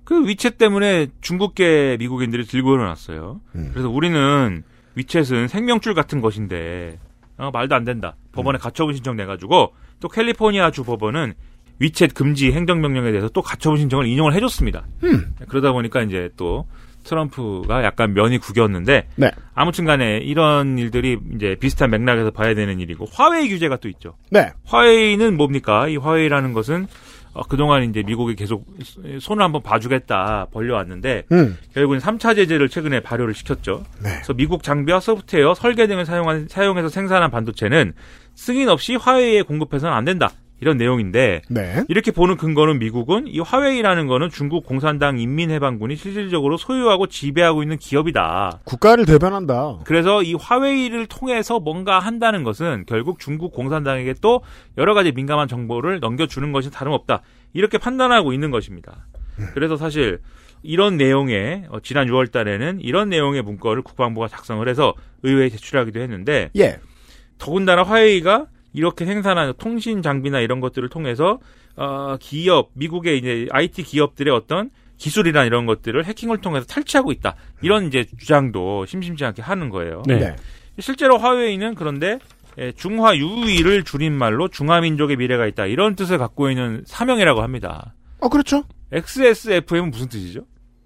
Speaker 10: 그 위챗 때문에 중국계 미국인들이 들고 일어났어요. 그래서 우리는 위챗은 생명줄 같은 것인데 어, 말도 안 된다. 법원에 가처분 신청 내가지고 또 캘리포니아 주 법원은 위챗 금지 행정명령에 대해서 또 가처분 신청을 인용을 해줬습니다. 네, 그러다 보니까 이제 또 트럼프가 약간 면이 구겼는데
Speaker 2: 네.
Speaker 10: 아무튼간에 이런 일들이 이제 비슷한 맥락에서 봐야 되는 일이고 화웨이 규제가 또 있죠.
Speaker 2: 네.
Speaker 10: 화웨이는 뭡니까? 이 화웨이라는 것은 어, 그동안 이제 미국이 계속 손을 한번 봐주겠다 벌려왔는데
Speaker 2: 음.
Speaker 10: 결국은 3차 제재를 최근에 발효를 시켰죠.
Speaker 2: 네.
Speaker 10: 그래서 미국 장비와 소프트웨어, 설계 등을 사용한, 사용해서 생산한 반도체는 승인 없이 화웨이에 공급해서는 안 된다. 이런 내용인데
Speaker 2: 네.
Speaker 10: 이렇게 보는 근거는 미국은 이 화웨이라는 거는 중국 공산당 인민해방군이 실질적으로 소유하고 지배하고 있는 기업이다.
Speaker 2: 국가를 대변한다.
Speaker 10: 그래서 이 화웨이를 통해서 뭔가 한다는 것은 결국 중국 공산당에게 또 여러 가지 민감한 정보를 넘겨주는 것이 다름없다. 이렇게 판단하고 있는 것입니다. 그래서 사실 이런 내용의 어, 지난 6월 달에는 이런 내용의 문건을 국방부가 작성을 해서 의회에 제출하기도 했는데
Speaker 2: 예.
Speaker 10: 더군다나 화웨이가 이렇게 생산한 통신 장비나 이런 것들을 통해서 어, 기업 미국의 이제 IT 기업들의 어떤 기술이나 이런 것들을 해킹을 통해서 탈취하고 있다 이런 이제 주장도 심심치 않게 하는 거예요.
Speaker 3: 네. 네.
Speaker 10: 실제로 화웨이는 그런데 예, 중화 유위를 줄인 말로 중화 민족의 미래가 있다 이런 뜻을 갖고 있는 사명이라고 합니다.
Speaker 2: 어, 그렇죠.
Speaker 10: XSFM은 무슨 뜻이죠?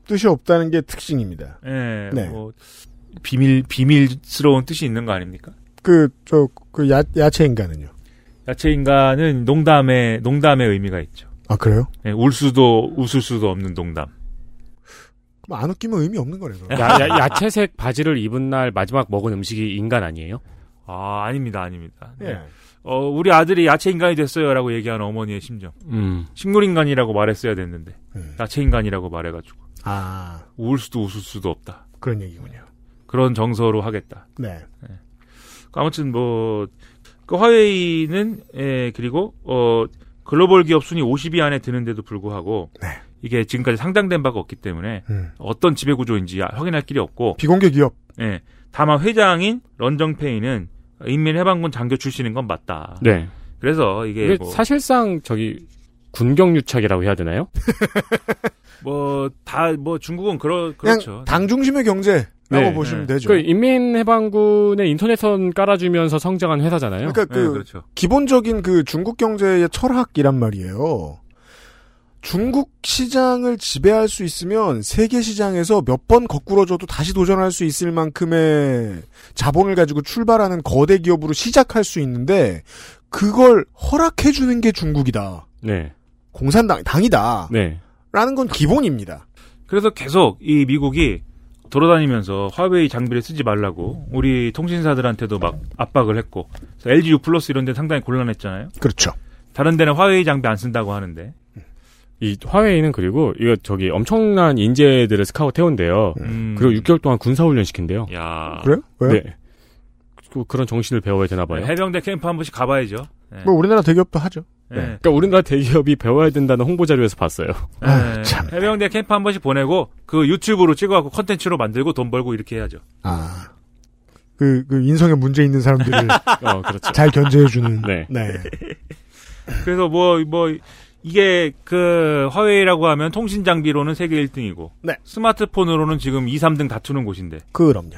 Speaker 2: 뜻이 없다는 게 특징입니다.
Speaker 10: 예,
Speaker 2: 네.
Speaker 10: 뭐 비밀 비밀스러운 뜻이 있는 거 아닙니까?
Speaker 2: 그, 저, 그 야, 야채 인간은요.
Speaker 10: 야채 인간은 농담의 농담의 의미가 있죠.
Speaker 2: 아, 그래요?
Speaker 10: 예, 울 수도 웃을 수도 없는 농담.
Speaker 2: 그럼 뭐 안 웃기면 의미 없는 거래요.
Speaker 3: 야, 야, 야채색 바지를 입은 날 마지막 먹은 음식이 인간 아니에요?
Speaker 10: 아, 아닙니다, 아닙니다.
Speaker 2: 예.
Speaker 10: 네. 어, 우리 아들이 야채 인간이 됐어요라고 얘기하는 어머니의 심정.
Speaker 3: 음.
Speaker 10: 식물 인간이라고 말했어야 됐는데
Speaker 2: 예.
Speaker 10: 야채 인간이라고 말해가지고
Speaker 2: 아,
Speaker 10: 울 수도 웃을 수도 없다.
Speaker 2: 그런 얘기군요.
Speaker 10: 그런 정서로 하겠다.
Speaker 2: 네.
Speaker 10: 아무튼 뭐, 그 화웨이는, 예, 그리고, 어, 글로벌 기업 순위 50위 안에 드는데도 불구하고,
Speaker 2: 네.
Speaker 10: 이게 지금까지 상장된 바가 없기 때문에,
Speaker 2: 음.
Speaker 10: 어떤 지배구조인지 아- 확인할 길이 없고,
Speaker 2: 비공개 기업.
Speaker 10: 예, 다만 회장인 런정페이는 인민해방군 장교 출신인 건 맞다.
Speaker 3: 네.
Speaker 10: 그래서 이게
Speaker 3: 이게
Speaker 10: 뭐,
Speaker 3: 사실상 저기 군경유착이라고 해야 되나요?
Speaker 10: 뭐, 다, 뭐, 중국은 그러,
Speaker 2: 그냥
Speaker 10: 그렇죠.
Speaker 2: 당 중심의 경제라고 보시면 되죠.
Speaker 3: 그 인민해방군의 인터넷선 깔아주면서 성장한 회사잖아요.
Speaker 10: 예,
Speaker 2: 그러니까 그
Speaker 10: 그렇죠.
Speaker 2: 기본적인 그 중국 경제의 철학이란 말이에요. 중국 시장을 지배할 수 있으면 세계 시장에서 몇 번 거꾸러져도 다시 도전할 수 있을 만큼의 자본을 가지고 출발하는 거대 기업으로 시작할 수 있는데 그걸 허락해 주는 게 중국이다.
Speaker 3: 네.
Speaker 2: 공산당 당이다.
Speaker 3: 네.
Speaker 2: 라는 건 기본입니다.
Speaker 10: 그래서 계속 이 미국이 돌아다니면서 화웨이 장비를 쓰지 말라고 우리 통신사들한테도 막 압박을 했고 그래서 LG U 플러스 이런 데 상당히 곤란했잖아요.
Speaker 2: 그렇죠.
Speaker 10: 다른 데는 화웨이 장비 안 쓴다고 하는데
Speaker 3: 이 화웨이는 그리고 이거 저기 엄청난 인재들을 스카우트 해온대요. 음.
Speaker 2: 음.
Speaker 3: 그리고 6개월 동안 군사훈련 시킨대요.
Speaker 10: 음. 야
Speaker 2: 그래요? 왜요?
Speaker 3: 네. 그- 그런 정신을 배워야 되나
Speaker 2: 네.
Speaker 3: 봐요.
Speaker 10: 해병대 캠프 한 번씩 가봐야죠. 예.
Speaker 2: 뭐 우리나라 대기업도 하죠.
Speaker 10: 예.
Speaker 3: 그러니까 우리나라 대기업이 배워야 된다는 홍보 자료에서 봤어요. 아,
Speaker 10: 예. 해병대 캠프 한 번씩 보내고 그 유튜브로 찍어갖고 컨텐츠로 만들고 돈 벌고 이렇게 해야죠.
Speaker 2: 아. 그, 그 인성에 문제 있는 사람들을
Speaker 10: 어, 그렇죠.
Speaker 2: 잘 견제해주는.
Speaker 3: 네.
Speaker 10: 그래서 뭐 뭐 이게 그 화웨이라고 하면 통신 장비로는 세계 1등이고
Speaker 3: 네.
Speaker 10: 스마트폰으로는 지금 2, 3등 다투는 곳인데
Speaker 2: 그럼요.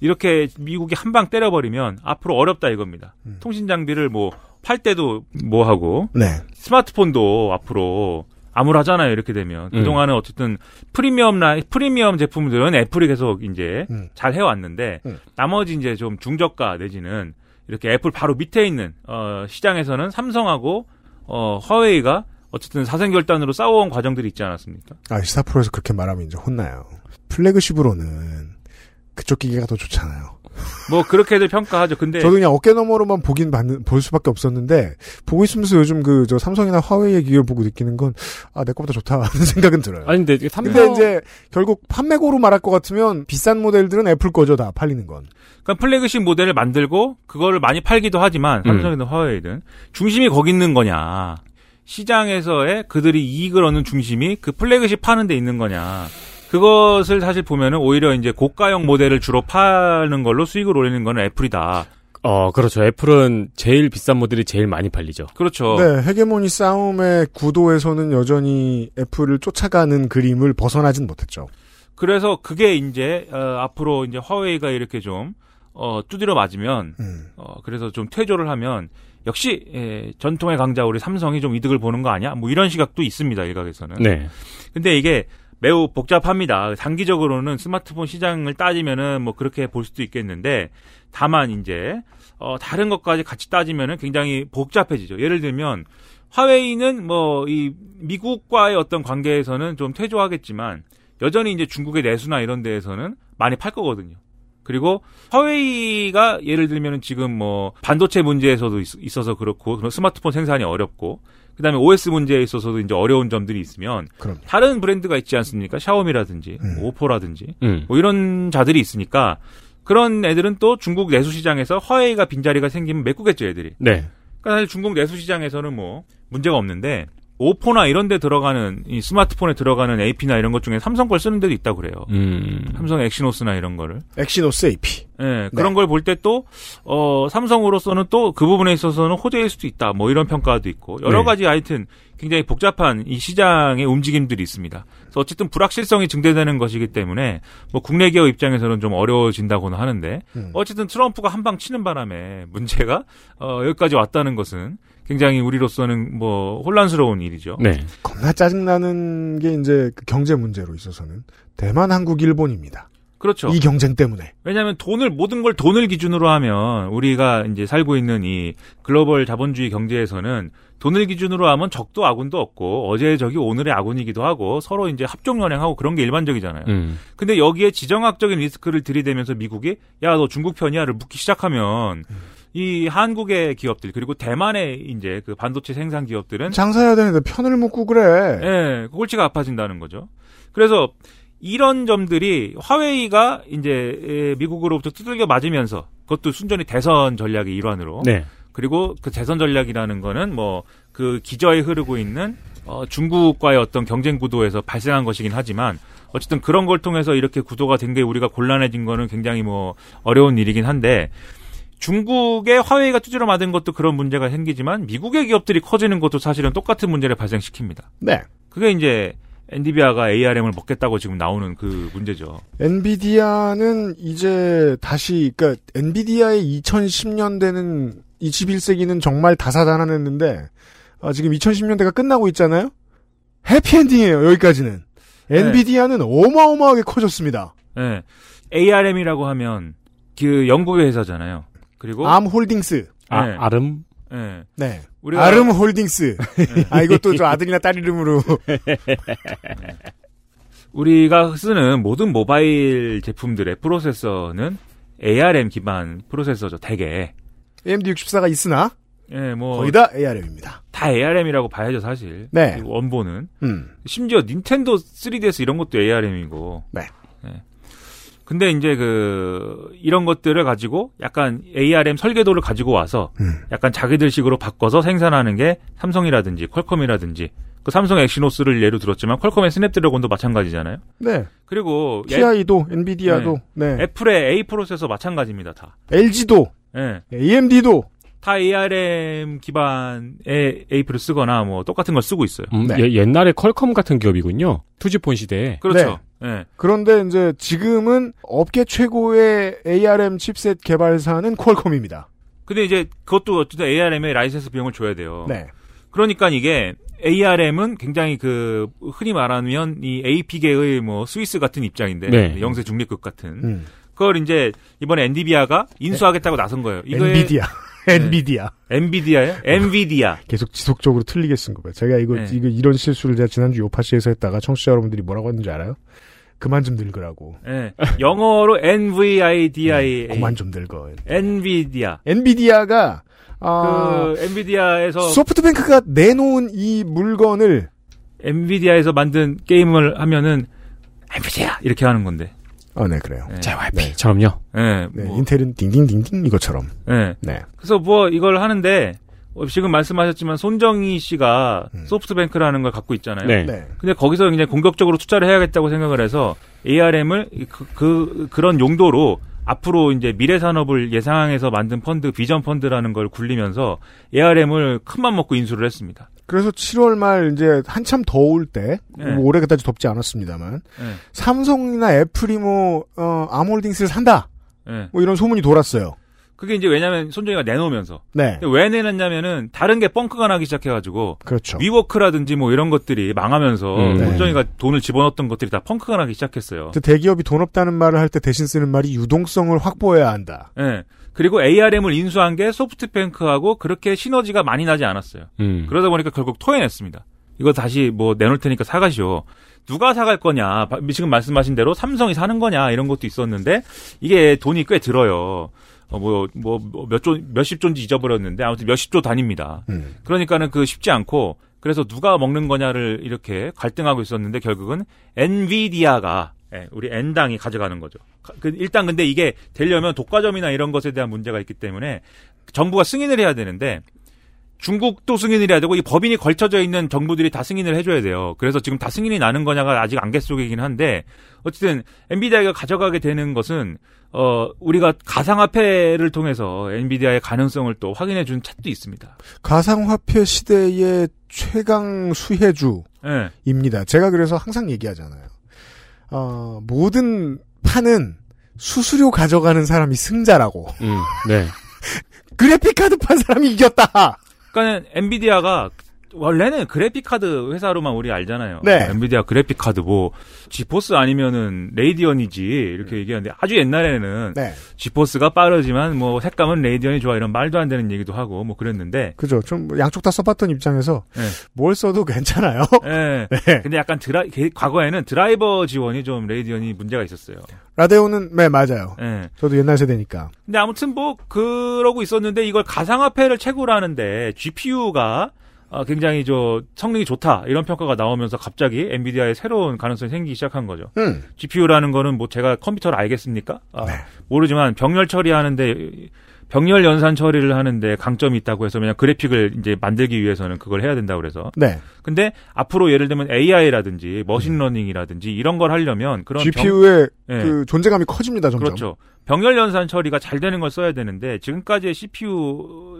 Speaker 10: 이렇게 미국이 한 방 때려버리면 앞으로 어렵다 이겁니다.
Speaker 2: 음.
Speaker 10: 통신 장비를 뭐 팔 때도 뭐 하고
Speaker 2: 네.
Speaker 10: 스마트폰도 앞으로 암울하잖아요 이렇게 되면
Speaker 3: 음.
Speaker 10: 그동안은 어쨌든 프리미엄 라이 프리미엄 제품들은 애플이 계속 이제
Speaker 2: 음.
Speaker 10: 잘 해왔는데 나머지 이제 좀 중저가 내지는 이렇게 애플 바로 밑에 있는 어, 시장에서는 삼성하고 어, 화웨이가 어쨌든 사생결단으로 싸워온 과정들이 있지 않았습니까?
Speaker 2: 아, 시사프로에서 그렇게 말하면 이제 혼나요. 플래그십으로는 그쪽 기계가 더 좋잖아요.
Speaker 10: 뭐 그렇게들 평가하죠.
Speaker 3: 네.
Speaker 10: 근데
Speaker 2: 저도 그냥 어깨 너머로만 보긴 받는, 볼 수밖에 없었는데 보고 있으면서 요즘 그 저 삼성이나 화웨이의 기계 보고 느끼는 건 아 내 거보다 좋다 하는 생각은 들어요.
Speaker 3: 아니 근데 삼성
Speaker 2: 근데 이제 결국 판매고로 말할 것 같으면 비싼 모델들은 애플 거죠 다 팔리는 건.
Speaker 10: 그러니까 플래그십 모델을 만들고 그거를 많이 팔기도 하지만 삼성이든 화웨이든 중심이 거기 있는 거냐 시장에서의 그들이 이익을 얻는 중심이 그 플래그십 파는 데 있는 거냐 그것을 사실 보면은 오히려 이제 고가형 모델을 주로 파는 걸로 수익을 올리는 건 애플이다
Speaker 3: 어 그렇죠. 애플은 제일 비싼 모델이 제일 많이 팔리죠.
Speaker 10: 그렇죠
Speaker 2: 네, 헤게모니 싸움의 구도에서는 여전히 애플을 쫓아가는 그림을 벗어나진 못했죠.
Speaker 10: 그래서 그게 이제 어, 앞으로 이제 화웨이가 이렇게 좀 어, 두드려 맞으면 어, 그래서 좀 퇴조를 하면 역시 예, 전통의 강자 우리 삼성이 좀 이득을 보는 거 아니야? 뭐 이런 시각도 있습니다 일각에서는.
Speaker 3: 네.
Speaker 10: 근데 이게 매우 복잡합니다. 장기적으로는 스마트폰 시장을 따지면은 뭐 그렇게 볼 수도 있겠는데 다만 이제 어, 다른 것까지 같이 따지면은 굉장히 복잡해지죠. 예를 들면 화웨이는 뭐 이 미국과의 어떤 관계에서는 좀 퇴조하겠지만 여전히 이제 중국의 내수나 이런 데에서는 많이 팔 거거든요. 그리고 화웨이가 예를 들면 지금 뭐 반도체 문제에서도 있, 어서 그렇고 그런 스마트폰 생산이 어렵고 그다음에 OS 문제에 있어서도 이제 어려운 점들이 있으면
Speaker 2: 그럼요.
Speaker 10: 다른 브랜드가 있지 않습니까? 샤오미라든지 뭐 오포라든지
Speaker 3: 음.
Speaker 10: 뭐 이런 자들이 있으니까 그런 애들은 또 중국 내수 시장에서 화웨이가 빈자리가 생기면 메꾸겠죠 애들이.
Speaker 3: 네.
Speaker 10: 그러니까 사실 중국 내수 시장에서는 뭐 문제가 없는데 오포나 이런 데 들어가는 이 스마트폰에 들어가는 AP나 이런 것 중에 삼성 걸 쓰는 데도 있다고 그래요.
Speaker 3: 음.
Speaker 10: 삼성 엑시노스나 이런 거를.
Speaker 2: 엑시노스 AP.
Speaker 3: 네.
Speaker 10: 예, 그런 걸 볼 때 또, 어, 삼성으로서는 또 그 부분에 있어서는 호재일 수도 있다. 뭐 이런 평가도 있고. 여러
Speaker 3: 네.
Speaker 10: 가지 하여튼 굉장히 복잡한 이 시장의 움직임들이 있습니다. 그래서 어쨌든 불확실성이 증대되는 것이기 때문에 뭐 국내 기업 입장에서는 좀 어려워진다고는 하는데
Speaker 3: 음.
Speaker 10: 어쨌든 트럼프가 한 방 치는 바람에 문제가 어, 여기까지 왔다는 것은 굉장히 우리로서는 뭐 혼란스러운 일이죠.
Speaker 3: 네.
Speaker 2: 겁나 짜증나는 게 이제 그 경제 문제로 있어서는 대만, 한국, 일본입니다.
Speaker 10: 그렇죠.
Speaker 2: 이 경쟁 때문에.
Speaker 10: 왜냐하면 돈을 모든 걸 돈을 기준으로 하면 우리가 이제 살고 있는 이 글로벌 자본주의 경제에서는 돈을 기준으로 하면 적도 아군도 없고 어제의 적이 오늘의 아군이기도 하고 서로 이제 합종 연행하고 그런 게 일반적이잖아요.
Speaker 3: 음.
Speaker 10: 근데 여기에 지정학적인 리스크를 들이대면서 미국이 야 너 중국 편이야를 묻기 시작하면 이 한국의 기업들 그리고 대만의 이제 그 반도체 생산 기업들은
Speaker 2: 장사해야 되는데 편을 묻고 그래.
Speaker 10: 예, 골치가 아파진다는 거죠. 그래서 이런 점들이 화웨이가 이제 예, 미국으로부터 두들겨 맞으면서 그것도 순전히 대선 전략의 일환으로
Speaker 3: 네.
Speaker 10: 그리고 그 대선 전략이라는 거는 뭐 그 기저에 흐르고 있는 어, 중국과의 어떤 경쟁 구도에서 발생한 것이긴 하지만 어쨌든 그런 걸 통해서 이렇게 구도가 된 게 우리가 곤란해진 거는 굉장히 뭐 어려운 일이긴 한데 중국의 화웨이가 두드려 맞은 것도 그런 문제가 생기지만 미국의 기업들이 커지는 것도 사실은 똑같은 문제를 발생시킵니다.
Speaker 2: 네.
Speaker 10: 그게 이제 엔비디아가 ARM을 먹겠다고 지금 나오는 그 문제죠.
Speaker 2: 엔비디아는 이제 다시 그러니까 엔비디아의 2010년대는 21세기는 정말 다사다난했는데 아, 지금 2010년대가 끝나고 있잖아요. 해피엔딩이에요 여기까지는.
Speaker 10: 네.
Speaker 2: 엔비디아는 어마어마하게 커졌습니다.
Speaker 10: 예. ARM이라고 하면 그 영국의 회사잖아요. 그리고
Speaker 2: 암 홀딩스.
Speaker 3: 아,
Speaker 10: 네.
Speaker 3: 아름.
Speaker 10: 예.
Speaker 2: 네.
Speaker 10: 우리가-
Speaker 2: 아름 홀딩스. 아 이것도 저 아들이나 딸 이름으로.
Speaker 10: 우리가 쓰는 모든 모바일 제품들의 프로세서는 ARM 기반 프로세서죠. 대개.
Speaker 2: AMD 64가 있으나
Speaker 10: 예, 뭐
Speaker 2: 거의
Speaker 10: 다,
Speaker 2: 다 ARM입니다.
Speaker 10: ARM이라고 봐야죠, 사실.
Speaker 2: 네.
Speaker 10: 그리고 원본은
Speaker 2: 음.
Speaker 10: 심지어 닌텐도 3DS 이런 것도 ARM이고. 예.
Speaker 2: 네.
Speaker 10: 근데 이제 그 이런 것들을 가지고 약간 ARM 설계도를 가지고 와서
Speaker 2: 음.
Speaker 10: 약간 자기들식으로 바꿔서 생산하는 게 삼성이라든지 퀄컴이라든지 그 삼성 엑시노스를 예로 들었지만 퀄컴의 스냅드래곤도 마찬가지잖아요.
Speaker 2: 네.
Speaker 10: 그리고 예-
Speaker 2: TI도 엔비디아도 네.
Speaker 10: 애플의 A 프로세서 마찬가지입니다 다.
Speaker 2: LG도 E
Speaker 10: 예.
Speaker 2: AMD도
Speaker 10: 다 ARM 기반의 AP를 쓰거나 뭐 똑같은 걸 쓰고 있어요.
Speaker 3: 음,
Speaker 2: 네.
Speaker 3: 예- 옛날에 퀄컴 같은 기업이군요. 투지폰 시대에.
Speaker 10: 그렇죠.
Speaker 2: 네.
Speaker 10: 예.
Speaker 2: 그런데 이제 지금은 업계 최고의 ARM 칩셋 개발사는 퀄컴입니다.
Speaker 10: 근데 이제 그것도 어쨌든 ARM의 라이센스 비용을 줘야 돼요.
Speaker 2: 네.
Speaker 10: 그러니까 이게 ARM은 굉장히 그 흔히 말하면 이 AP계의 뭐 스위스 같은 입장인데
Speaker 3: 네.
Speaker 10: 영세 중립국 같은
Speaker 2: 음. 네.
Speaker 10: 그걸 이제 이번에 엔비디아가 인수하겠다고 나선 거예요. 이거에
Speaker 2: 엔비디아. 엔비디아.
Speaker 10: 엔비디아예요? 엔비디아.
Speaker 2: 계속 지속적으로 틀리게 쓴 거예요. 제가 이거
Speaker 10: 네.
Speaker 2: 이거 이런 실수를 제가 지난주 요파시에서 했다가 청취자 여러분들이 뭐라고 했는지 알아요? 그만 좀 늙으라고.
Speaker 10: 예. 영어로 NVIDIA.
Speaker 2: 네. 그만 좀 늙어.
Speaker 10: 엔비디아.
Speaker 2: 엔비디아가 아,
Speaker 10: 그 엔비디아에서
Speaker 2: 소프트뱅크가 내놓은 이 물건을
Speaker 10: 엔비디아에서 만든 게임을 하면은 엔비디아 이렇게 하는 건데.
Speaker 2: 아, 네, 그래요.
Speaker 3: JYP처럼요.
Speaker 10: 예.
Speaker 2: 네, 인텔은 딩딩딩딩 이것처럼.
Speaker 10: 예.
Speaker 2: 네.
Speaker 10: 그래서 뭐 이걸 하는데 어, 지금 말씀하셨지만 손정희 씨가 소프트뱅크라는 걸 갖고 있잖아요.
Speaker 3: 네.
Speaker 10: 근데 거기서 굉장히 공격적으로 투자를 해야겠다고 생각을 해서 ARM을 그, 그런 용도로 앞으로 이제 미래 산업을 예상해서 만든 펀드 비전 펀드라는 걸 굴리면서 ARM을 큰맘 먹고 인수를 했습니다.
Speaker 2: 그래서 7월 말 이제 한참 더울 때
Speaker 10: 네.
Speaker 2: 뭐 올해까지 덥지 않았습니다만
Speaker 10: 네.
Speaker 2: 삼성이나 애플이 뭐 어, 암홀딩스를 산다
Speaker 10: 예.
Speaker 2: 뭐 이런 소문이 돌았어요.
Speaker 10: 그게 이제 왜냐면 손정희가 내놓으면서
Speaker 2: 네,
Speaker 10: 근데 왜 내놨냐면은 다른 게 뻥크가 나기 시작해가지고
Speaker 2: 그렇죠.
Speaker 10: 위워크라든지 뭐 이런 것들이 망하면서
Speaker 2: 음, 네.
Speaker 10: 손정희가 돈을 집어넣었던 것들이 다 펑크가 나기 시작했어요.
Speaker 2: 근데 대기업이 돈 없다는 말을 할 때 대신 쓰는 말이 유동성을 확보해야 한다.
Speaker 10: 예. 그리고 ARM을 인수한 게 소프트뱅크하고 그렇게 시너지가 많이 나지 않았어요.
Speaker 3: 음.
Speaker 10: 그러다 보니까 결국 토해냈습니다. 이거 다시 뭐 내놓을 테니까 사가시오. 누가 사갈 거냐. 바- 지금 말씀하신 대로 삼성이 사는 거냐. 이런 것도 있었는데 이게 돈이 꽤 들어요. 어, 뭐, 뭐, 뭐 몇 조, 몇십 조인지 잊어버렸는데 아무튼 몇십 조 단입니다.
Speaker 2: 음.
Speaker 10: 그러니까는 그 쉽지 않고 그래서 누가 먹는 거냐를 이렇게 갈등하고 있었는데 결국은 엔비디아가 예, 우리 엔당이 가져가는 거죠. 가- 그 일단 근데 이게 되려면 독과점이나 이런 것에 대한 문제가 있기 때문에 정부가 승인을 해야 되는데 중국도 승인을 해야 되고 이 법인이 걸쳐져 있는 정부들이 다 승인을 해줘야 돼요. 그래서 지금 다 승인이 나는 거냐가 아직 안갯 속이긴 한데 어쨌든 엔비디아가 가져가게 되는 것은 어 우리가 가상화폐를 통해서 엔비디아의 가능성을 또 확인해 준 책도 있습니다.
Speaker 2: 가상화폐 시대의 최강 수혜주입니다.
Speaker 10: 예.
Speaker 2: 제가 그래서 항상 얘기하잖아요. 어, 모든 판은 수수료 가져가는 사람이 승자라고.
Speaker 3: 음, 네.
Speaker 2: 그래픽카드 판 사람이 이겼다.
Speaker 10: 그러니까 엔비디아가 원래는 그래픽 카드 회사로만 우리 알잖아요.
Speaker 2: 네.
Speaker 10: 엔비디아 그래픽 카드 뭐 지포스 아니면은 레이디언이지 이렇게 얘기하는데 아주 옛날에는
Speaker 2: 네.
Speaker 10: 지포스가 빠르지만 뭐 색감은 레이디언이 좋아 이런 말도 안 되는 얘기도 하고 뭐 그랬는데
Speaker 2: 그죠. 좀 양쪽 다 써봤던 입장에서
Speaker 10: 네.
Speaker 2: 뭘 써도 괜찮아요.
Speaker 10: 예.
Speaker 2: 네.
Speaker 10: 근데 약간 드라 게- 과거에는 드라이버 지원이 좀 레이디언이 문제가 있었어요.
Speaker 2: 라데오는 네 맞아요.
Speaker 10: 예.
Speaker 2: 저도 옛날 세대니까.
Speaker 10: 근데 아무튼 뭐 그러고 있었는데 이걸 가상화폐를 채굴 하는데 GPU가 어, 굉장히 저 성능이 좋다 이런 평가가 나오면서 갑자기 엔비디아의 새로운 가능성이 생기기 시작한 거죠.
Speaker 2: 음.
Speaker 10: GPU라는 거는 뭐 제가 컴퓨터를 알겠습니까? 아, 모르지만 병렬 처리하는데 병렬 연산 처리를 하는데 강점이 있다고 해서 그냥 그래픽을 이제 만들기 위해서는 그걸 해야 된다고 그래서.
Speaker 2: 네.
Speaker 10: 근데 앞으로 예를 들면 AI라든지 머신러닝이라든지 이런 걸 하려면 그런 병-
Speaker 2: GPU의
Speaker 10: 예.
Speaker 2: 그 존재감이 커집니다 점점.
Speaker 10: 그렇죠. 병렬 연산 처리가 잘 되는 걸 써야 되는데 지금까지의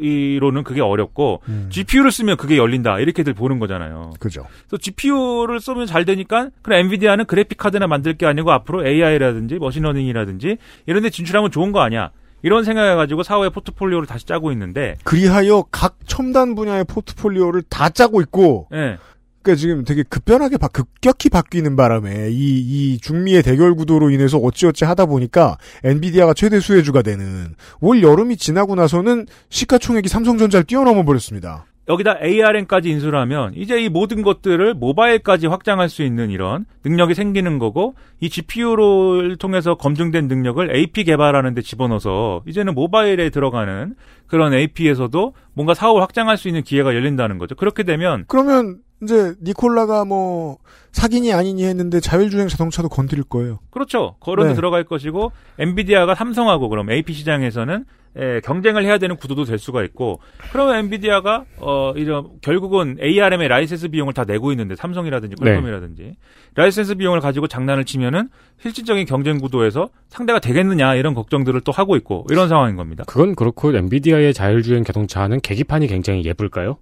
Speaker 10: CPU로는 그게 어렵고
Speaker 2: 음.
Speaker 10: GPU를 쓰면 그게 열린다 이렇게들 보는 거잖아요.
Speaker 2: 그죠.
Speaker 10: 그래서 GPU를 쓰면 잘 되니까 그럼 엔비디아는 그래픽 카드나 만들 게 아니고 앞으로 AI라든지 머신러닝이라든지 이런 데 진출하면 좋은 거 아니야. 이런 생각해 가지고 사후에 포트폴리오를 다시 짜고 있는데
Speaker 2: 그리하여 각 첨단 분야의 포트폴리오를 다 짜고 있고,
Speaker 10: 예.
Speaker 2: 그러니까 지금 되게 급변하게 바- 급격히 바뀌는 바람에 이 이 중미의 대결 구도로 인해서 어찌어찌 하다 보니까 엔비디아가 최대 수혜주가 되는 올 여름이 지나고 나서는 시가총액이 삼성전자를 뛰어넘어 버렸습니다.
Speaker 10: 여기다 ARM까지 인수를 하면 이제 이 모든 것들을 모바일까지 확장할 수 있는 이런 능력이 생기는 거고 이 GPU를 통해서 검증된 능력을 AP 개발하는 데 집어넣어서 이제는 모바일에 들어가는 그런 AP에서도 뭔가 사업을 확장할 수 있는 기회가 열린다는 거죠. 그렇게 되면
Speaker 2: 그러면 이제 니콜라가 뭐 사기니 아니니 했는데 자율주행 자동차도 건드릴 거예요.
Speaker 10: 그렇죠. 거론도
Speaker 2: 네.
Speaker 10: 들어갈 것이고 엔비디아가 삼성하고 그럼 AP 시장에서는 에, 경쟁을 해야 되는 구도도 될 수가 있고 그러면 엔비디아가 어 이런 결국은 ARM의 라이센스 비용을 다 내고 있는데 삼성이라든지
Speaker 3: 네.
Speaker 10: 퀄컴이라든지 라이센스 비용을 가지고 장난을 치면은 실질적인 경쟁 구도에서 상대가 되겠느냐 이런 걱정들을 또 하고 있고 이런 상황인 겁니다.
Speaker 3: 그건 그렇고 엔비디아의 자율주행 자동차는 계기판이 굉장히 예쁠까요?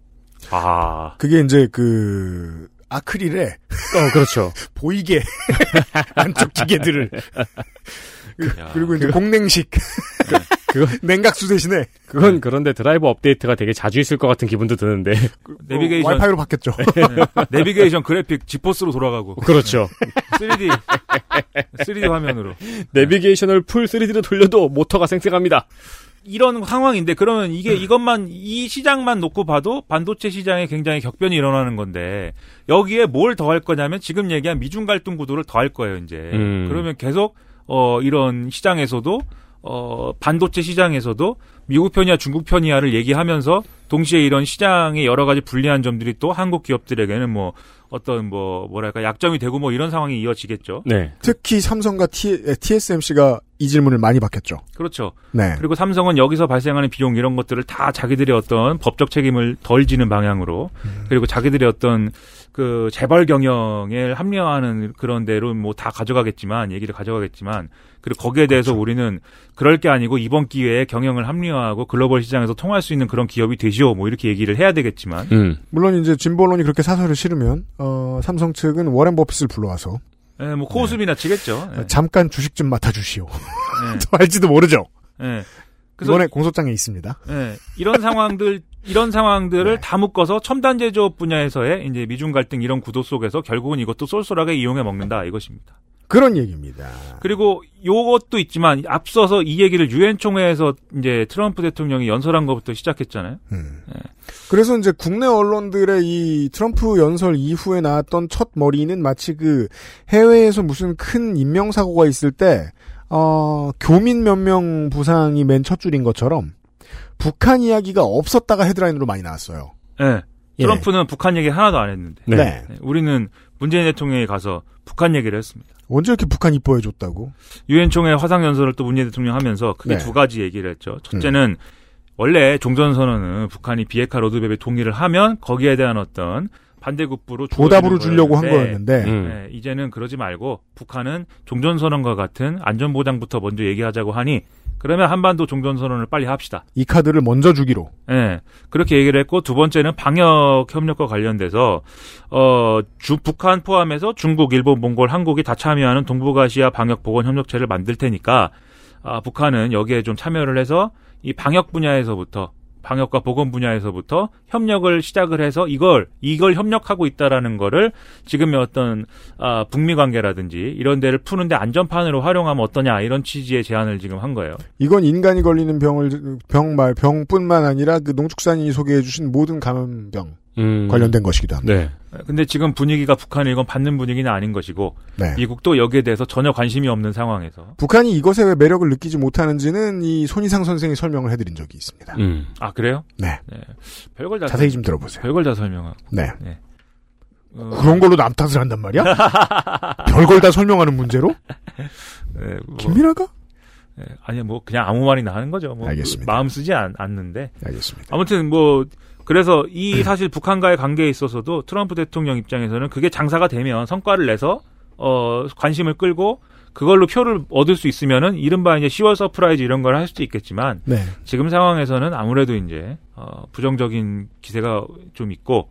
Speaker 10: 아
Speaker 2: 그게 이제 그 아크릴에
Speaker 3: 어, 그렇죠.
Speaker 2: 보이게 안쪽 기계들을
Speaker 10: 그, 야. 그,
Speaker 2: 그리고 이제 공냉식 냉각수 대신에
Speaker 3: 그건 그런데 드라이버 업데이트가 되게 자주 있을 것 같은 기분도 드는데.
Speaker 10: 내비게이션
Speaker 2: 와이파이로 바뀌었죠.
Speaker 10: 네. 내비게이션 그래픽 지포스로 돌아가고
Speaker 3: 그렇죠.
Speaker 10: 3D 3D 화면으로
Speaker 3: 내비게이션을 풀 3D로 돌려도 모터가 쌩쌩합니다.
Speaker 10: 이런 상황인데 그러면 이게 이것만 이 시장만 놓고 봐도 반도체 시장에 굉장히 격변이 일어나는 건데 여기에 뭘 더 할 거냐면 지금 얘기한 미중 갈등 구도를 더 할 거예요 이제
Speaker 3: 음.
Speaker 10: 그러면 계속 어 이런 시장에서도 어 반도체 시장에서도 미국 편이야 중국 편이야를 얘기하면서 동시에 이런 시장의 여러 가지 불리한 점들이 또 한국 기업들에게는 뭐 어떤 뭐 뭐랄까 약점이 되고 뭐 이런 상황이 이어지겠죠.
Speaker 3: 네.
Speaker 2: 특히 삼성과 T, TSMC가 이 질문을 많이 받겠죠.
Speaker 10: 그렇죠.
Speaker 2: 네.
Speaker 10: 그리고 삼성은 여기서 발생하는 비용 이런 것들을 다 자기들의 어떤 법적 책임을 덜 지는 방향으로 그리고 자기들의 어떤 그 재벌 경영에 합리화하는 그런 대로 뭐 다 가져가겠지만 얘기를 가져가겠지만 그리고 거기에 대해서 우리는 그럴 게 아니고 이번 기회에 경영을 합리화하고 글로벌 시장에서 통할 수 있는 그런 기업이 되시오 뭐 이렇게 얘기를 해야 되겠지만
Speaker 3: 음.
Speaker 2: 물론 이제 진보론이 그렇게 사설을 실으면 어, 삼성 측은 워렌 버핏을 불러와서
Speaker 10: 예, 뭐 코웃음이나 치겠죠. 예.
Speaker 2: 잠깐 주식 좀 맡아주시오.
Speaker 10: 네.
Speaker 2: 또 알지도 모르죠.
Speaker 10: 예. 그래서
Speaker 2: 이번에 공소장에 있습니다.
Speaker 10: 예, 이런 상황들 이런
Speaker 2: 네.
Speaker 10: 상황들을 다 묶어서 첨단 제조업 분야에서의 이제 미중 갈등 이런 구도 속에서 결국은 이것도 쏠쏠하게 이용해 먹는다 이것입니다.
Speaker 2: 그런 얘기입니다.
Speaker 10: 그리고 요것도 있지만 앞서서 이 얘기를 유엔 총회에서 이제 트럼프 대통령이 연설한 것부터 시작했잖아요.
Speaker 2: 그래서 이제 국내 언론들의 이 트럼프 연설 이후에 나왔던 첫 머리는 마치 그 해외에서 무슨 큰 인명사고가 있을 때, 어, 교민 몇 명 부상이 맨 첫 줄인 것처럼 북한 이야기가 없었다가 헤드라인으로 많이 나왔어요.
Speaker 10: 예.
Speaker 2: 예.
Speaker 10: 트럼프는 북한 얘기 하나도 안 했는데
Speaker 2: 네.
Speaker 10: 예, 우리는 문재인 대통령이 가서 북한 얘기를 했습니다.
Speaker 2: 언제 이렇게 북한 이뻐해줬다고?
Speaker 10: 유엔 총회 화상 연설을 또 문재인 대통령 하면서 크게
Speaker 2: 네.
Speaker 10: 두 가지 얘기를 했죠. 첫째는 원래 종전 선언은 북한이 비핵화 로드맵에 동의를 하면 거기에 대한 어떤 반대급부로
Speaker 2: 보답으로 주려고 한
Speaker 10: 거였는데,
Speaker 2: 거였는데.
Speaker 10: 네, 이제는 그러지 말고 북한은 종전 선언과 같은 안전 보장부터 먼저 얘기하자고 하니 그러면 한반도 종전 선언을 빨리 합시다.
Speaker 2: 이 카드를 먼저 주기로.
Speaker 10: 예. 그렇게 얘기를 했고 두 번째는 방역 협력과 관련돼서 어, 주 북한 포함해서 중국, 일본, 몽골, 한국이 다 참여하는 동북아시아 방역 보건 협력체를 만들 테니까 아, 북한은 여기에 좀 참여를 해서 이 방역 분야에서부터 방역과 보건 분야에서부터 협력을 시작을 해서 이걸 이걸 협력하고 있다라는 거를 지금의 어떤 아, 북미 관계라든지 이런 데를 푸는데 안전판으로 활용하면 어떠냐 이런 취지의 제안을 지금 한 거예요.
Speaker 2: 이건 인간이 걸리는 병을, 병말, 병뿐만 아니라 그 농축산인이 소개해주신 모든 감염병 관련된 것이기도 합니다.
Speaker 3: 네.
Speaker 10: 근데 지금 분위기가 북한을 이건 받는 분위기는 아닌 것이고
Speaker 2: 네.
Speaker 10: 미국도 여기에 대해서 전혀 관심이 없는 상황에서
Speaker 2: 북한이 이것에 왜 매력을 느끼지 못하는지는 이 손희상 선생이 설명을 해드린 적이 있습니다.
Speaker 10: 아 그래요?
Speaker 2: 음. 네.
Speaker 10: 별걸 다
Speaker 2: 자세히 좀 들어보세요.
Speaker 10: 별걸 다 설명하고
Speaker 2: 네.
Speaker 10: 네. 어,
Speaker 2: 그런 걸로 남 탓을 한단 말이야? 별걸 다 설명하는 문제로?
Speaker 10: 네, 뭐,
Speaker 2: 김민아가?
Speaker 10: 네, 아니 뭐 그냥 아무 말이나 하는 거죠. 뭐
Speaker 2: 알겠습니다.
Speaker 10: 마음 쓰지 않, 않는데
Speaker 2: 네, 알겠습니다.
Speaker 10: 아무튼 뭐 그래서
Speaker 2: 음.
Speaker 10: 이 사실 북한과의 관계에 있어서도 트럼프 대통령 입장에서는 그게 장사가 되면 성과를 내서 어 관심을 끌고 그걸로 표를 얻을 수 있으면은 이른바 이제 10월 서프라이즈 이런 걸 할 수도 있겠지만
Speaker 2: 네.
Speaker 10: 지금 상황에서는 아무래도 이제 어, 부정적인 기세가 좀 있고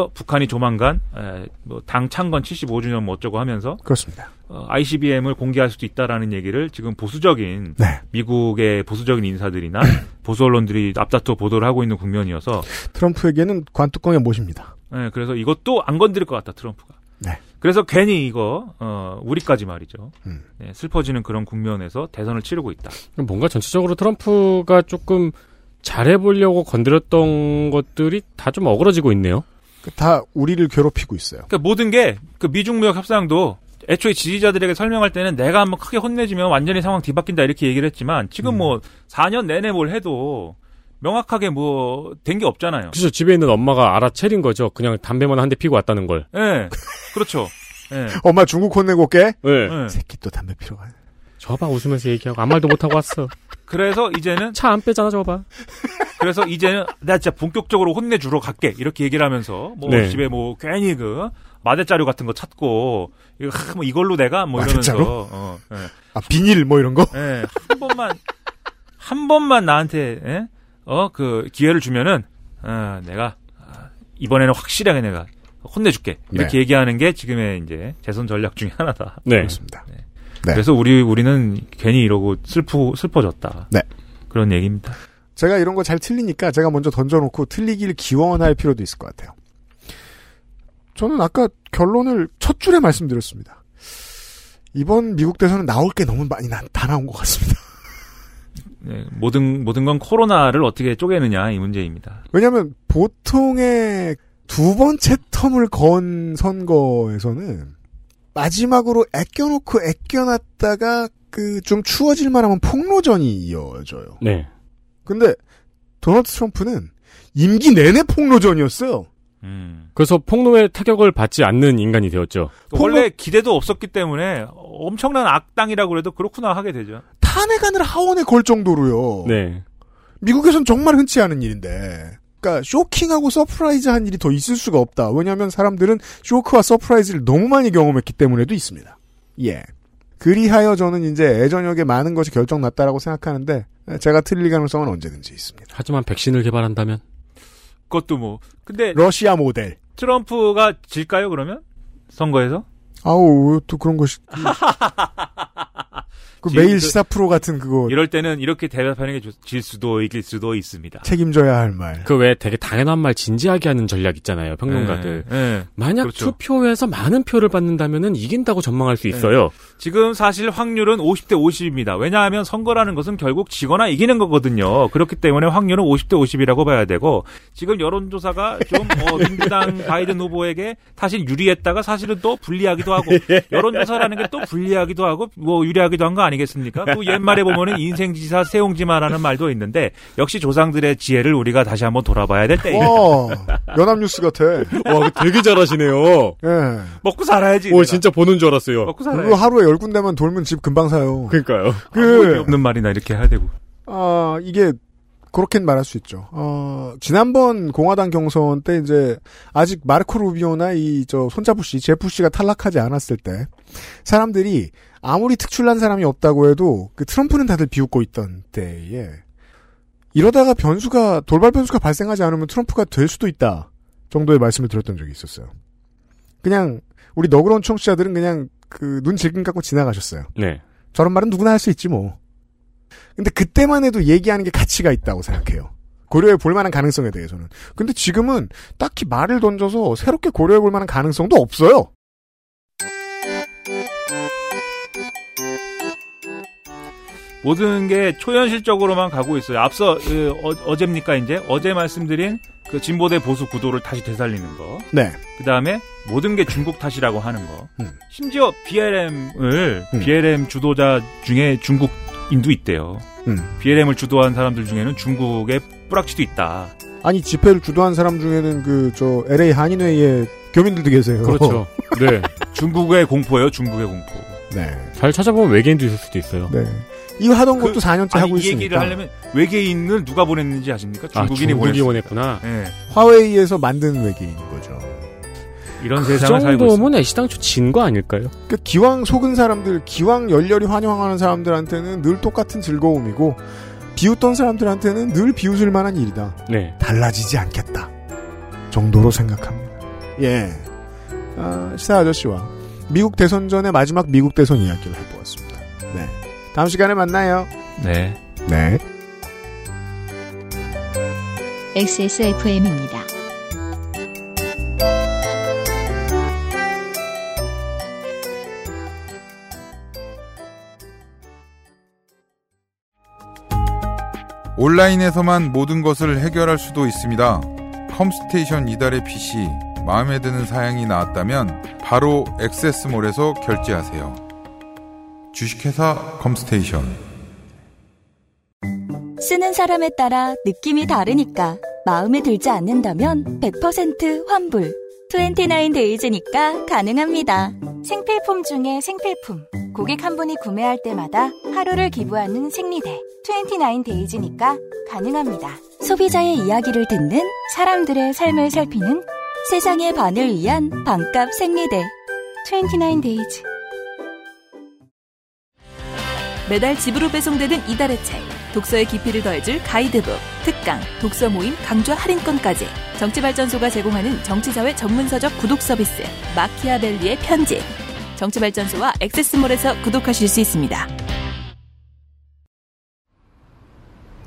Speaker 10: 오히려 북한이 조만간 에, 뭐당 창건 75주년 뭐 어쩌고 하면서
Speaker 2: 그렇습니다.
Speaker 10: 어, ICBM을 공개할 수도 있다라는 얘기를 지금 보수적인
Speaker 2: 네.
Speaker 10: 미국의 보수적인 인사들이나 보수 언론들이 앞다퉈 보도를 하고 있는 국면이어서
Speaker 2: 트럼프에게는 관뚜껑의 못입니다.
Speaker 10: 예, 그래서 이것도 안 건드릴 것 같다 트럼프가.
Speaker 2: 네.
Speaker 10: 그래서 괜히 이거 어, 우리까지 말이죠.
Speaker 2: 음.
Speaker 10: 예, 슬퍼지는 그런 국면에서 대선을 치르고 있다.
Speaker 3: 뭔가 전체적으로 트럼프가 조금 잘해보려고 건드렸던 것들이 다 좀 어그러지고 있네요.
Speaker 2: 다 우리를 괴롭히고 있어요.
Speaker 10: 그러니까 모든 게 그 미중 무역 협상도 애초에 지지자들에게 설명할 때는 내가 한번 크게 혼내주면 완전히 상황 뒤바뀐다 이렇게 얘기를 했지만 지금 뭐 4년 내내 뭘 해도 명확하게 뭐 된 게 없잖아요.
Speaker 3: 그래서 집에 있는 엄마가 알아채린 거죠. 그냥 담배만 한 대 피고 왔다는 걸.
Speaker 10: 예. 그렇죠. 예.
Speaker 2: 엄마 중국 혼내고 올게.
Speaker 3: 네.
Speaker 10: 예.
Speaker 2: 새끼 또 담배 피러 가네.
Speaker 3: 저봐 웃으면서 얘기하고 아무 말도 못하고 왔어.
Speaker 10: 그래서 이제는
Speaker 3: 차 안 빼잖아 저봐.
Speaker 10: 그래서 이제는 나 진짜 본격적으로 혼내주러 갈게 이렇게 얘기를 하면서 뭐
Speaker 3: 네.
Speaker 10: 집에 뭐 괜히 그 마대자루 같은 거 찾고 이거 하, 뭐 이걸로 내가 뭐 이러면서
Speaker 2: 마대자루?
Speaker 10: 어, 예.
Speaker 2: 아, 비닐 뭐 이런 거?
Speaker 10: 예, 한 번만 한 번만 나한테 예? 어그 기회를 주면은 어, 내가 아, 이번에는 확실하게 내가 혼내줄게 이렇게
Speaker 2: 네.
Speaker 10: 얘기하는 게 지금의 이제 재선 전략 중에 하나다.
Speaker 3: 네.
Speaker 2: 그렇습니다. 네.
Speaker 10: 그래서 우리 우리는 괜히 이러고 슬프 슬퍼졌다.
Speaker 2: 네.
Speaker 10: 그런 얘기입니다.
Speaker 2: 제가 이런 거 잘 틀리니까 제가 먼저 던져놓고 틀리기를 기원할 필요도 있을 것 같아요. 저는 아까 결론을 첫 줄에 말씀드렸습니다. 이번 미국 대선은 나올 게 너무 많이 나- 다 나온 것 같습니다.
Speaker 10: 네, 모든 모든 건 코로나를 어떻게 쪼개느냐 이 문제입니다.
Speaker 2: 왜냐하면 보통의 두 번째 텀을 건 선거에서는 마지막으로 애껴놓고 애껴놨다가 그 좀 추워질 만하면 폭로전이 이어져요.
Speaker 3: 네.
Speaker 2: 근데 도널드 트럼프는 임기 내내 폭로전이었어요.
Speaker 10: 음.
Speaker 3: 그래서 폭로의 타격을 받지 않는 인간이 되었죠.
Speaker 10: 원래 기대도 없었기 때문에 엄청난 악당이라고 해도 그렇구나 하게 되죠.
Speaker 2: 탄핵안을 하원에 걸 정도로요.
Speaker 3: 네.
Speaker 2: 미국에선 정말 흔치 않은 일인데. 그러니까 쇼킹하고 서프라이즈한 일이 더 있을 수가 없다. 왜냐하면 사람들은 쇼크와 서프라이즈를 너무 많이 경험했기 때문에도 있습니다. 예. 그리하여 저는 이제 예전역에 많은 것이 결정났다라고 생각하는데 제가 틀릴 가능성은 언제든지 있습니다.
Speaker 3: 하지만 백신을 개발한다면
Speaker 10: 그것도 뭐 근데
Speaker 2: 러시아 모델
Speaker 10: 트럼프가 질까요 그러면 선거에서?
Speaker 2: 아우 왜또 그런 것이 그
Speaker 10: 지금
Speaker 2: 매일
Speaker 10: 그-
Speaker 2: 시사 프로 같은 그거
Speaker 10: 이럴 때는 이렇게 대답하는 게 좋- 질 수도 이길 수도 있습니다.
Speaker 2: 책임져야 할 말.
Speaker 3: 그 외에 되게 당연한 말 진지하게 하는 전략 있잖아요. 평론가들.
Speaker 10: 예, 예.
Speaker 3: 만약
Speaker 10: 그렇죠. 네.
Speaker 3: 투표에서 많은 표를 받는다면은 이긴다고 전망할 수 있어요.
Speaker 10: 지금 사실 확률은 50대 50입니다. 왜냐하면 선거라는 것은 결국 지거나 이기는 거거든요. 그렇기 때문에 확률은 50대 50이라고 봐야 되고 지금 여론조사가 좀 어, 민주당 바이든 후보에게 사실 유리했다가 사실은 또 불리하기도 하고 여론조사라는 게 또 불리하기도 하고 뭐 유리하기도 한 거 아니겠습니까? 또 옛말에 보면은 인생지사 세용지마라는 말도 있는데 역시 조상들의 지혜를 우리가 다시 한번 돌아봐야 될
Speaker 3: 어?
Speaker 10: 때입니다.
Speaker 2: 와 연합뉴스 같아.
Speaker 3: 그- 와 되게 잘하시네요.
Speaker 2: 예.
Speaker 10: 먹고 살아야지.
Speaker 3: 오 진짜 보는 줄 알았어요.
Speaker 10: 먹고 살아야지.
Speaker 2: 그리고 하루에 열 군데만 돌면 집 금방 사요.
Speaker 3: 그러니까요.
Speaker 2: 그
Speaker 10: 없는 말이나 이렇게 해야 되고.
Speaker 2: 아, 이게, 그렇게는 말할 수 있죠. 어, 지난번 공화당 경선 때 이제, 아직 마르코 루비오나 이, 저, 손자부 씨, 제프 씨가 탈락하지 않았을 때, 사람들이 아무리 특출난 사람이 없다고 해도, 그 트럼프는 다들 비웃고 있던 때에, 이러다가 변수가, 돌발 변수가 발생하지 않으면 트럼프가 될 수도 있다. 정도의 말씀을 드렸던 적이 있었어요. 그냥, 우리 너그러운 청취자들은 그냥, 그, 눈 질끈 깎고 지나가셨어요.
Speaker 3: 네.
Speaker 2: 저런 말은 누구나 할 수 있지 뭐. 근데 그때만 해도 얘기하는 게 가치가 있다고 생각해요. 고려해 볼 만한 가능성에 대해서는. 근데 지금은 딱히 말을 던져서 새롭게 고려해 볼 만한 가능성도 없어요.
Speaker 10: 모든 게 초현실적으로만 가고 있어요. 앞서 그, 어, 잽니까 이제 어제 말씀드린 그 진보대 보수 구도를 다시 되살리는 거.
Speaker 2: 네.
Speaker 10: 그 다음에 모든 게 중국 탓이라고 하는 거.
Speaker 2: 음.
Speaker 10: 심지어 BLM을
Speaker 2: 음.
Speaker 10: BLM 주도자 중에 중국인도 있대요.
Speaker 2: 음.
Speaker 10: BLM을 주도한 사람들 중에는 중국의 뿌락치도 있다.
Speaker 2: 아니 집회를 주도한 사람 중에는 그 저 LA 한인회의 교민들도 계세요.
Speaker 3: 그렇죠. 네.
Speaker 10: 중국의 공포예요. 중국의 공포.
Speaker 2: 네.
Speaker 3: 잘 찾아보면 외계인도 있을 수도 있어요.
Speaker 2: 네. 이거 하던 것도
Speaker 10: 그-
Speaker 2: 4년째
Speaker 10: 아니,
Speaker 2: 하고
Speaker 10: 이 얘기를
Speaker 2: 있으니까.
Speaker 10: 하려면 외계인을 누가 보냈는지 아십니까?
Speaker 3: 아,
Speaker 10: 중국인이
Speaker 3: 중국이
Speaker 10: 보냈어요.
Speaker 3: 원했구나.
Speaker 10: 예.
Speaker 2: 화웨이에서 만든 외계인인 거죠.
Speaker 10: 이런
Speaker 3: 그
Speaker 10: 세상을 살고 있습니다.
Speaker 3: 정도면 애시당초 진 거 아닐까요?
Speaker 2: 그 기왕 속은 사람들, 기왕 열렬히 환영하는 사람들한테는 늘 똑같은 즐거움이고 비웃던 사람들한테는 늘 비웃을 만한 일이다.
Speaker 3: 네.
Speaker 2: 달라지지 않겠다 정도로 생각합니다. 예, 아, 시사 아저씨와 미국 대선 전의 마지막 미국 대선 이야기를 해보았습니다. 네, 다음 시간에 만나요.
Speaker 10: 네.
Speaker 2: 네,
Speaker 1: XSFM입니다.
Speaker 7: 온라인에서만 모든 것을 해결할 수도 있습니다. 컴스테이션 이달의 PC 마음에 드는 사양이 나왔다면 바로 액세스몰에서 결제하세요. 주식회사 컴스테이션
Speaker 11: 쓰는 사람에 따라 느낌이 다르니까 마음에 들지 않는다면 100% 환불. 29데이즈니까 가능합니다.
Speaker 12: 생필품 중에 생필품. 고객 한 분이 구매할 때마다 하루를 기부하는 생리대. 29데이즈니까 가능합니다.
Speaker 11: 소비자의 이야기를 듣는
Speaker 12: 사람들의 삶을 살피는
Speaker 11: 세상의 반을 위한 반값 생리대.
Speaker 12: 29데이즈.
Speaker 5: 매달 집으로 배송되는 이달의 책, 독서의 깊이를 더해줄 가이드북, 특강, 독서 모임 강좌 할인권까지 정치발전소가 제공하는 정치사회 전문서적 구독 서비스 마키아벨리의 편지 정치발전소와 액세스몰에서 구독하실 수 있습니다.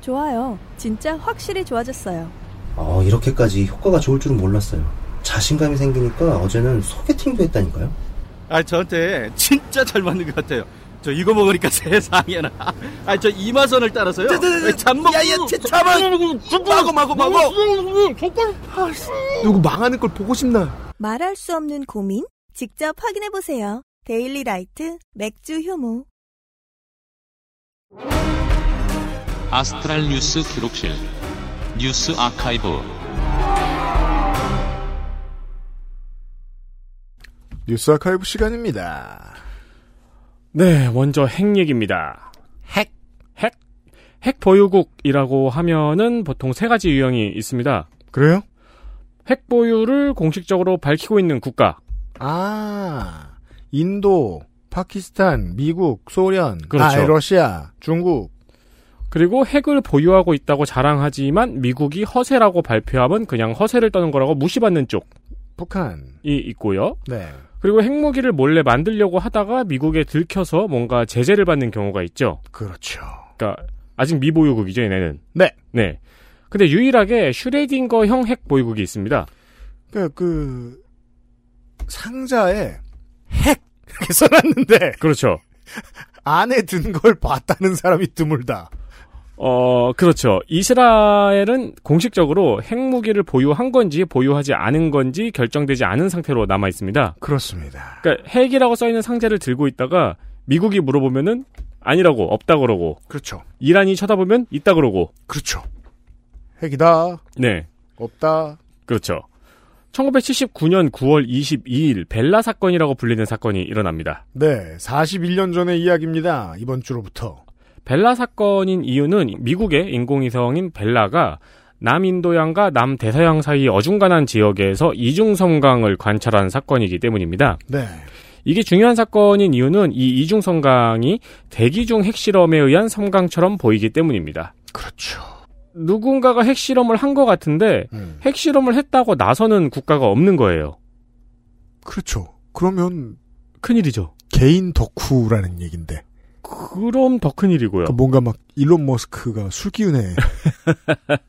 Speaker 13: 좋아요. 진짜 확실히 좋아졌어요.
Speaker 14: 어, 이렇게까지 효과가 좋을 줄은 몰랐어요. 자신감이 생기니까 어제는 소개팅도 했다니까요.
Speaker 15: 아, 저한테 진짜 잘 맞는 것 같아요. 저 이거 먹으니까 세상에나. 아, 저 이마선을 따라서요. 잠먹고. 야야, 잠은 마고 마고 마고.
Speaker 16: 누구 망하는 걸 보고 싶나?
Speaker 17: 말할 수 없는 고민? 직접 확인해보세요. 데일리 라이트 맥주 효모.
Speaker 9: 아스트랄 뉴스 기록실 뉴스 아카이브
Speaker 2: 뉴스 아카이브 시간입니다.
Speaker 3: 네, 먼저 핵 얘기입니다. 핵. 핵. 핵 보유국이라고 하면은 보통 세 가지 유형이 있습니다.
Speaker 2: 그래요?
Speaker 3: 핵 보유를 공식적으로 밝히고 있는 국가.
Speaker 2: 아, 인도, 파키스탄, 미국, 소련,
Speaker 3: 그렇죠.
Speaker 2: 아, 러시아, 중국.
Speaker 3: 그리고 핵을 보유하고 있다고 자랑하지만 미국이 허세라고 발표하면 그냥 허세를 떠는 거라고 무시받는 쪽.
Speaker 2: 북한.
Speaker 3: 이 있고요.
Speaker 2: 네.
Speaker 3: 그리고 핵무기를 몰래 만들려고 하다가 미국에 들켜서 뭔가 제재를 받는 경우가 있죠.
Speaker 2: 그렇죠.
Speaker 3: 그러니까 아직 미보유국이죠, 얘네는.
Speaker 2: 네.
Speaker 3: 네. 근데 유일하게 슈레딩거 형 핵 보유국이 있습니다.
Speaker 2: 그, 그, 상자에 핵! 이렇게 써놨는데.
Speaker 3: 그렇죠.
Speaker 2: 안에 든 걸 봤다는 사람이 드물다.
Speaker 3: 어, 그렇죠. 이스라엘은 공식적으로 핵무기를 보유한 건지 보유하지 않은 건지 결정되지 않은 상태로 남아 있습니다.
Speaker 2: 그렇습니다.
Speaker 3: 그러니까 핵이라고 써 있는 상자를 들고 있다가 미국이 물어보면은 아니라고 없다 그러고
Speaker 2: 그렇죠.
Speaker 3: 이란이 쳐다보면 있다 그러고
Speaker 2: 그렇죠. 핵이다.
Speaker 3: 네.
Speaker 2: 없다.
Speaker 3: 그렇죠. 1979년 9월 22일 벨라 사건이라고 불리는 사건이 일어납니다.
Speaker 2: 네. 41년 전의 이야기입니다. 이번 주로부터.
Speaker 3: 벨라 사건인 이유는 미국의 인공위성인 벨라가 남인도양과 남대서양 사이 어중간한 지역에서 이중섬광을 관찰한 사건이기 때문입니다.
Speaker 2: 네.
Speaker 3: 이게 중요한 사건인 이유는 이 이중섬광이 대기 중 핵실험에 의한 섬광처럼 보이기 때문입니다.
Speaker 2: 그렇죠.
Speaker 3: 누군가가 핵실험을 한 것 같은데
Speaker 2: 음.
Speaker 3: 핵실험을 했다고 나서는 국가가 없는 거예요.
Speaker 2: 그렇죠. 그러면
Speaker 3: 큰일이죠.
Speaker 2: 개인 덕후라는 얘긴데.
Speaker 3: 그럼 더 큰일이고요.
Speaker 2: 그러니까 뭔가 막 일론 머스크가 술기운에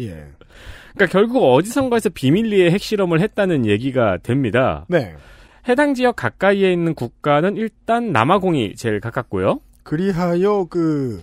Speaker 2: 예.
Speaker 3: 그러니까 결국 어디선가에서 비밀리에 핵실험을 했다는 얘기가 됩니다.
Speaker 2: 네.
Speaker 3: 해당 지역 가까이에 있는 국가는 일단 남아공이 제일 가깝고요.
Speaker 2: 그리하여 그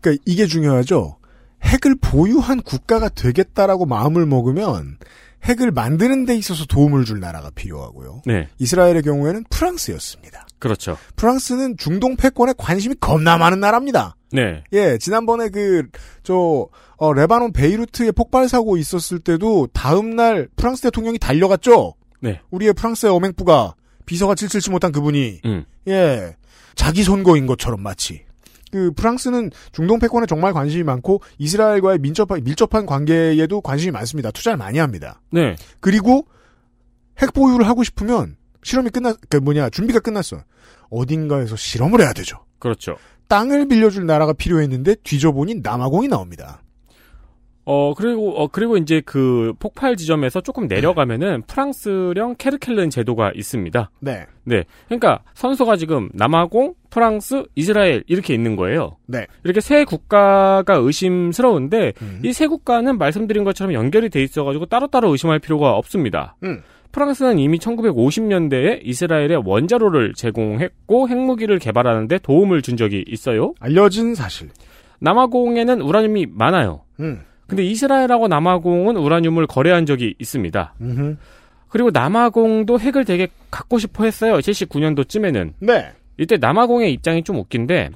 Speaker 2: 그러니까 이게 중요하죠. 핵을 보유한 국가가 되겠다라고 마음을 먹으면 핵을 만드는 데 있어서 도움을 줄 나라가 필요하고요.
Speaker 3: 네.
Speaker 2: 이스라엘의 경우에는 프랑스였습니다.
Speaker 3: 그렇죠.
Speaker 2: 프랑스는 중동 패권에 관심이 겁나 많은 나라입니다.
Speaker 3: 네.
Speaker 2: 예, 지난번에 그, 저, 어, 레바논 베이루트에 폭발 사고 있었을 때도 다음날 프랑스 대통령이 달려갔죠?
Speaker 3: 네.
Speaker 2: 우리의 프랑스의 어맹부가 비서가 칠칠치 못한 그분이,
Speaker 3: 음.
Speaker 2: 예, 자기 선거인 것처럼 마치. 그 프랑스는 중동 패권에 정말 관심이 많고 이스라엘과의 민첩한, 밀접한 관계에도 관심이 많습니다. 투자를 많이 합니다.
Speaker 3: 네.
Speaker 2: 그리고 핵 보유를 하고 싶으면 실험이 끝났, 그 뭐냐, 준비가 끝났어. 어딘가에서 실험을 해야 되죠.
Speaker 3: 그렇죠.
Speaker 2: 땅을 빌려줄 나라가 필요했는데 뒤져보니 남아공이 나옵니다.
Speaker 3: 어 그리고 어 그리고 이제 그 폭발 지점에서 조금 내려가면은 프랑스령 케르켈른 제도가 있습니다.
Speaker 2: 네.
Speaker 3: 네. 그러니까 선수가 지금 남아공, 프랑스, 이스라엘 이렇게 있는 거예요.
Speaker 2: 네.
Speaker 3: 이렇게 세 국가가 의심스러운데
Speaker 2: 음.
Speaker 3: 이 세 국가는 말씀드린 것처럼 연결이 돼 있어 가지고 따로따로 의심할 필요가 없습니다.
Speaker 2: 음.
Speaker 3: 프랑스는 이미 1950년대에 이스라엘에 원자로를 제공했고 핵무기를 개발하는데 도움을 준 적이 있어요.
Speaker 2: 알려진 사실.
Speaker 3: 남아공에는 우라늄이 많아요.
Speaker 2: 음.
Speaker 3: 근데 이스라엘하고 남아공은 우라늄을 거래한 적이 있습니다.
Speaker 2: 음흠.
Speaker 3: 그리고 남아공도 핵을 되게 갖고 싶어 했어요. 79년도쯤에는.
Speaker 2: 네.
Speaker 3: 이때 남아공의 입장이 좀 웃긴데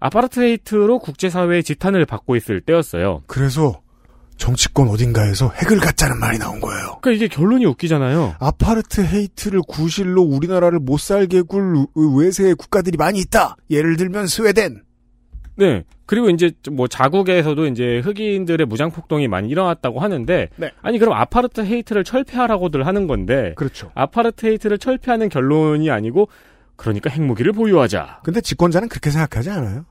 Speaker 3: 아파르트헤이트로 국제사회의 지탄을 받고 있을 때였어요.
Speaker 2: 그래서 정치권 어딘가에서 핵을 갖자는 말이 나온 거예요.
Speaker 3: 그러니까 이게 결론이 웃기잖아요.
Speaker 2: 아파르트 헤이트를 구실로 우리나라를 못 살게 굴 외세의 국가들이 많이 있다. 예를 들면 스웨덴.
Speaker 3: 네. 그리고 이제 뭐 자국에서도 이제 흑인들의 무장 폭동이 많이 일어났다고 하는데
Speaker 2: 네.
Speaker 3: 아니 그럼 아파르트 헤이트를 철폐하라고들 하는 건데
Speaker 2: 그렇죠.
Speaker 3: 아파르트 헤이트를 철폐하는 결론이 아니고 그러니까 핵무기를 보유하자.
Speaker 2: 근데 집권자는 그렇게 생각하지 않아요?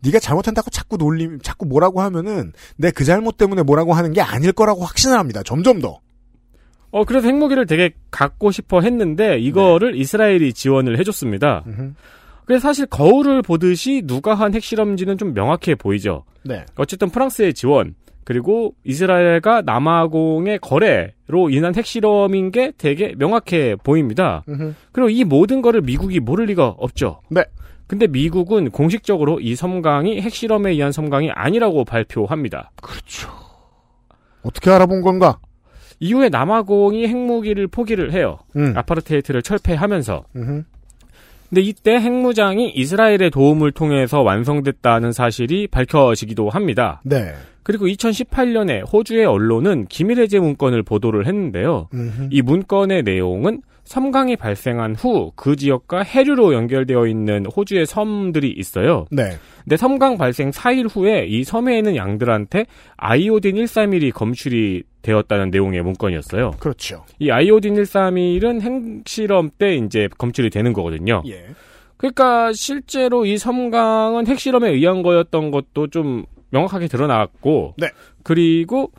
Speaker 2: 네가 잘못한다고 자꾸 놀림, 자꾸 뭐라고 하면은 내 그 잘못 때문에 뭐라고 하는 게 아닐 거라고 확신을 합니다. 점점 더.
Speaker 3: 어 그래서 핵무기를 되게 갖고 싶어 했는데 이거를
Speaker 2: 네.
Speaker 3: 이스라엘이 지원을 해줬습니다. 그래서 사실 거울을 보듯이 누가 한 핵실험지는 좀 명확해 보이죠.
Speaker 2: 네.
Speaker 3: 어쨌든 프랑스의 지원 그리고 이스라엘과 남아공의 거래로 인한 핵실험인 게 되게 명확해 보입니다. 그리고 이 모든 거를 미국이 모를 리가 없죠.
Speaker 2: 네.
Speaker 3: 근데 미국은 공식적으로 이 섬광이 핵실험에 의한 섬광이 아니라고 발표합니다.
Speaker 2: 그렇죠. 어떻게 알아본 건가?
Speaker 3: 이후에 남아공이 핵무기를 포기를 해요.
Speaker 2: 음.
Speaker 3: 아파르테이트를 철폐하면서. 근데 이때 핵무장이 이스라엘의 도움을 통해서 완성됐다는 사실이 밝혀지기도 합니다.
Speaker 2: 네.
Speaker 3: 그리고 2018년에 호주의 언론은 기밀해제 문건을 보도를 했는데요. 이 문건의 내용은 섬광이 발생한 후 그 지역과 해류로 연결되어 있는 호주의 섬들이 있어요.
Speaker 2: 네.
Speaker 3: 근데 섬광 발생 4일 후에 이 섬에 있는 양들한테 아이오딘 131이 검출이 되었다는 내용의 문건이었어요.
Speaker 2: 그렇죠.
Speaker 3: 이 아이오딘 131은 핵실험 때 이제 검출이 되는
Speaker 2: 어.
Speaker 3: 거거든요.
Speaker 2: 예. 네.
Speaker 3: 그러니까 실제로 이 섬광은 핵실험에 의한 거였던 것도 좀 명확하게 드러났고,
Speaker 2: 네.
Speaker 3: 그리고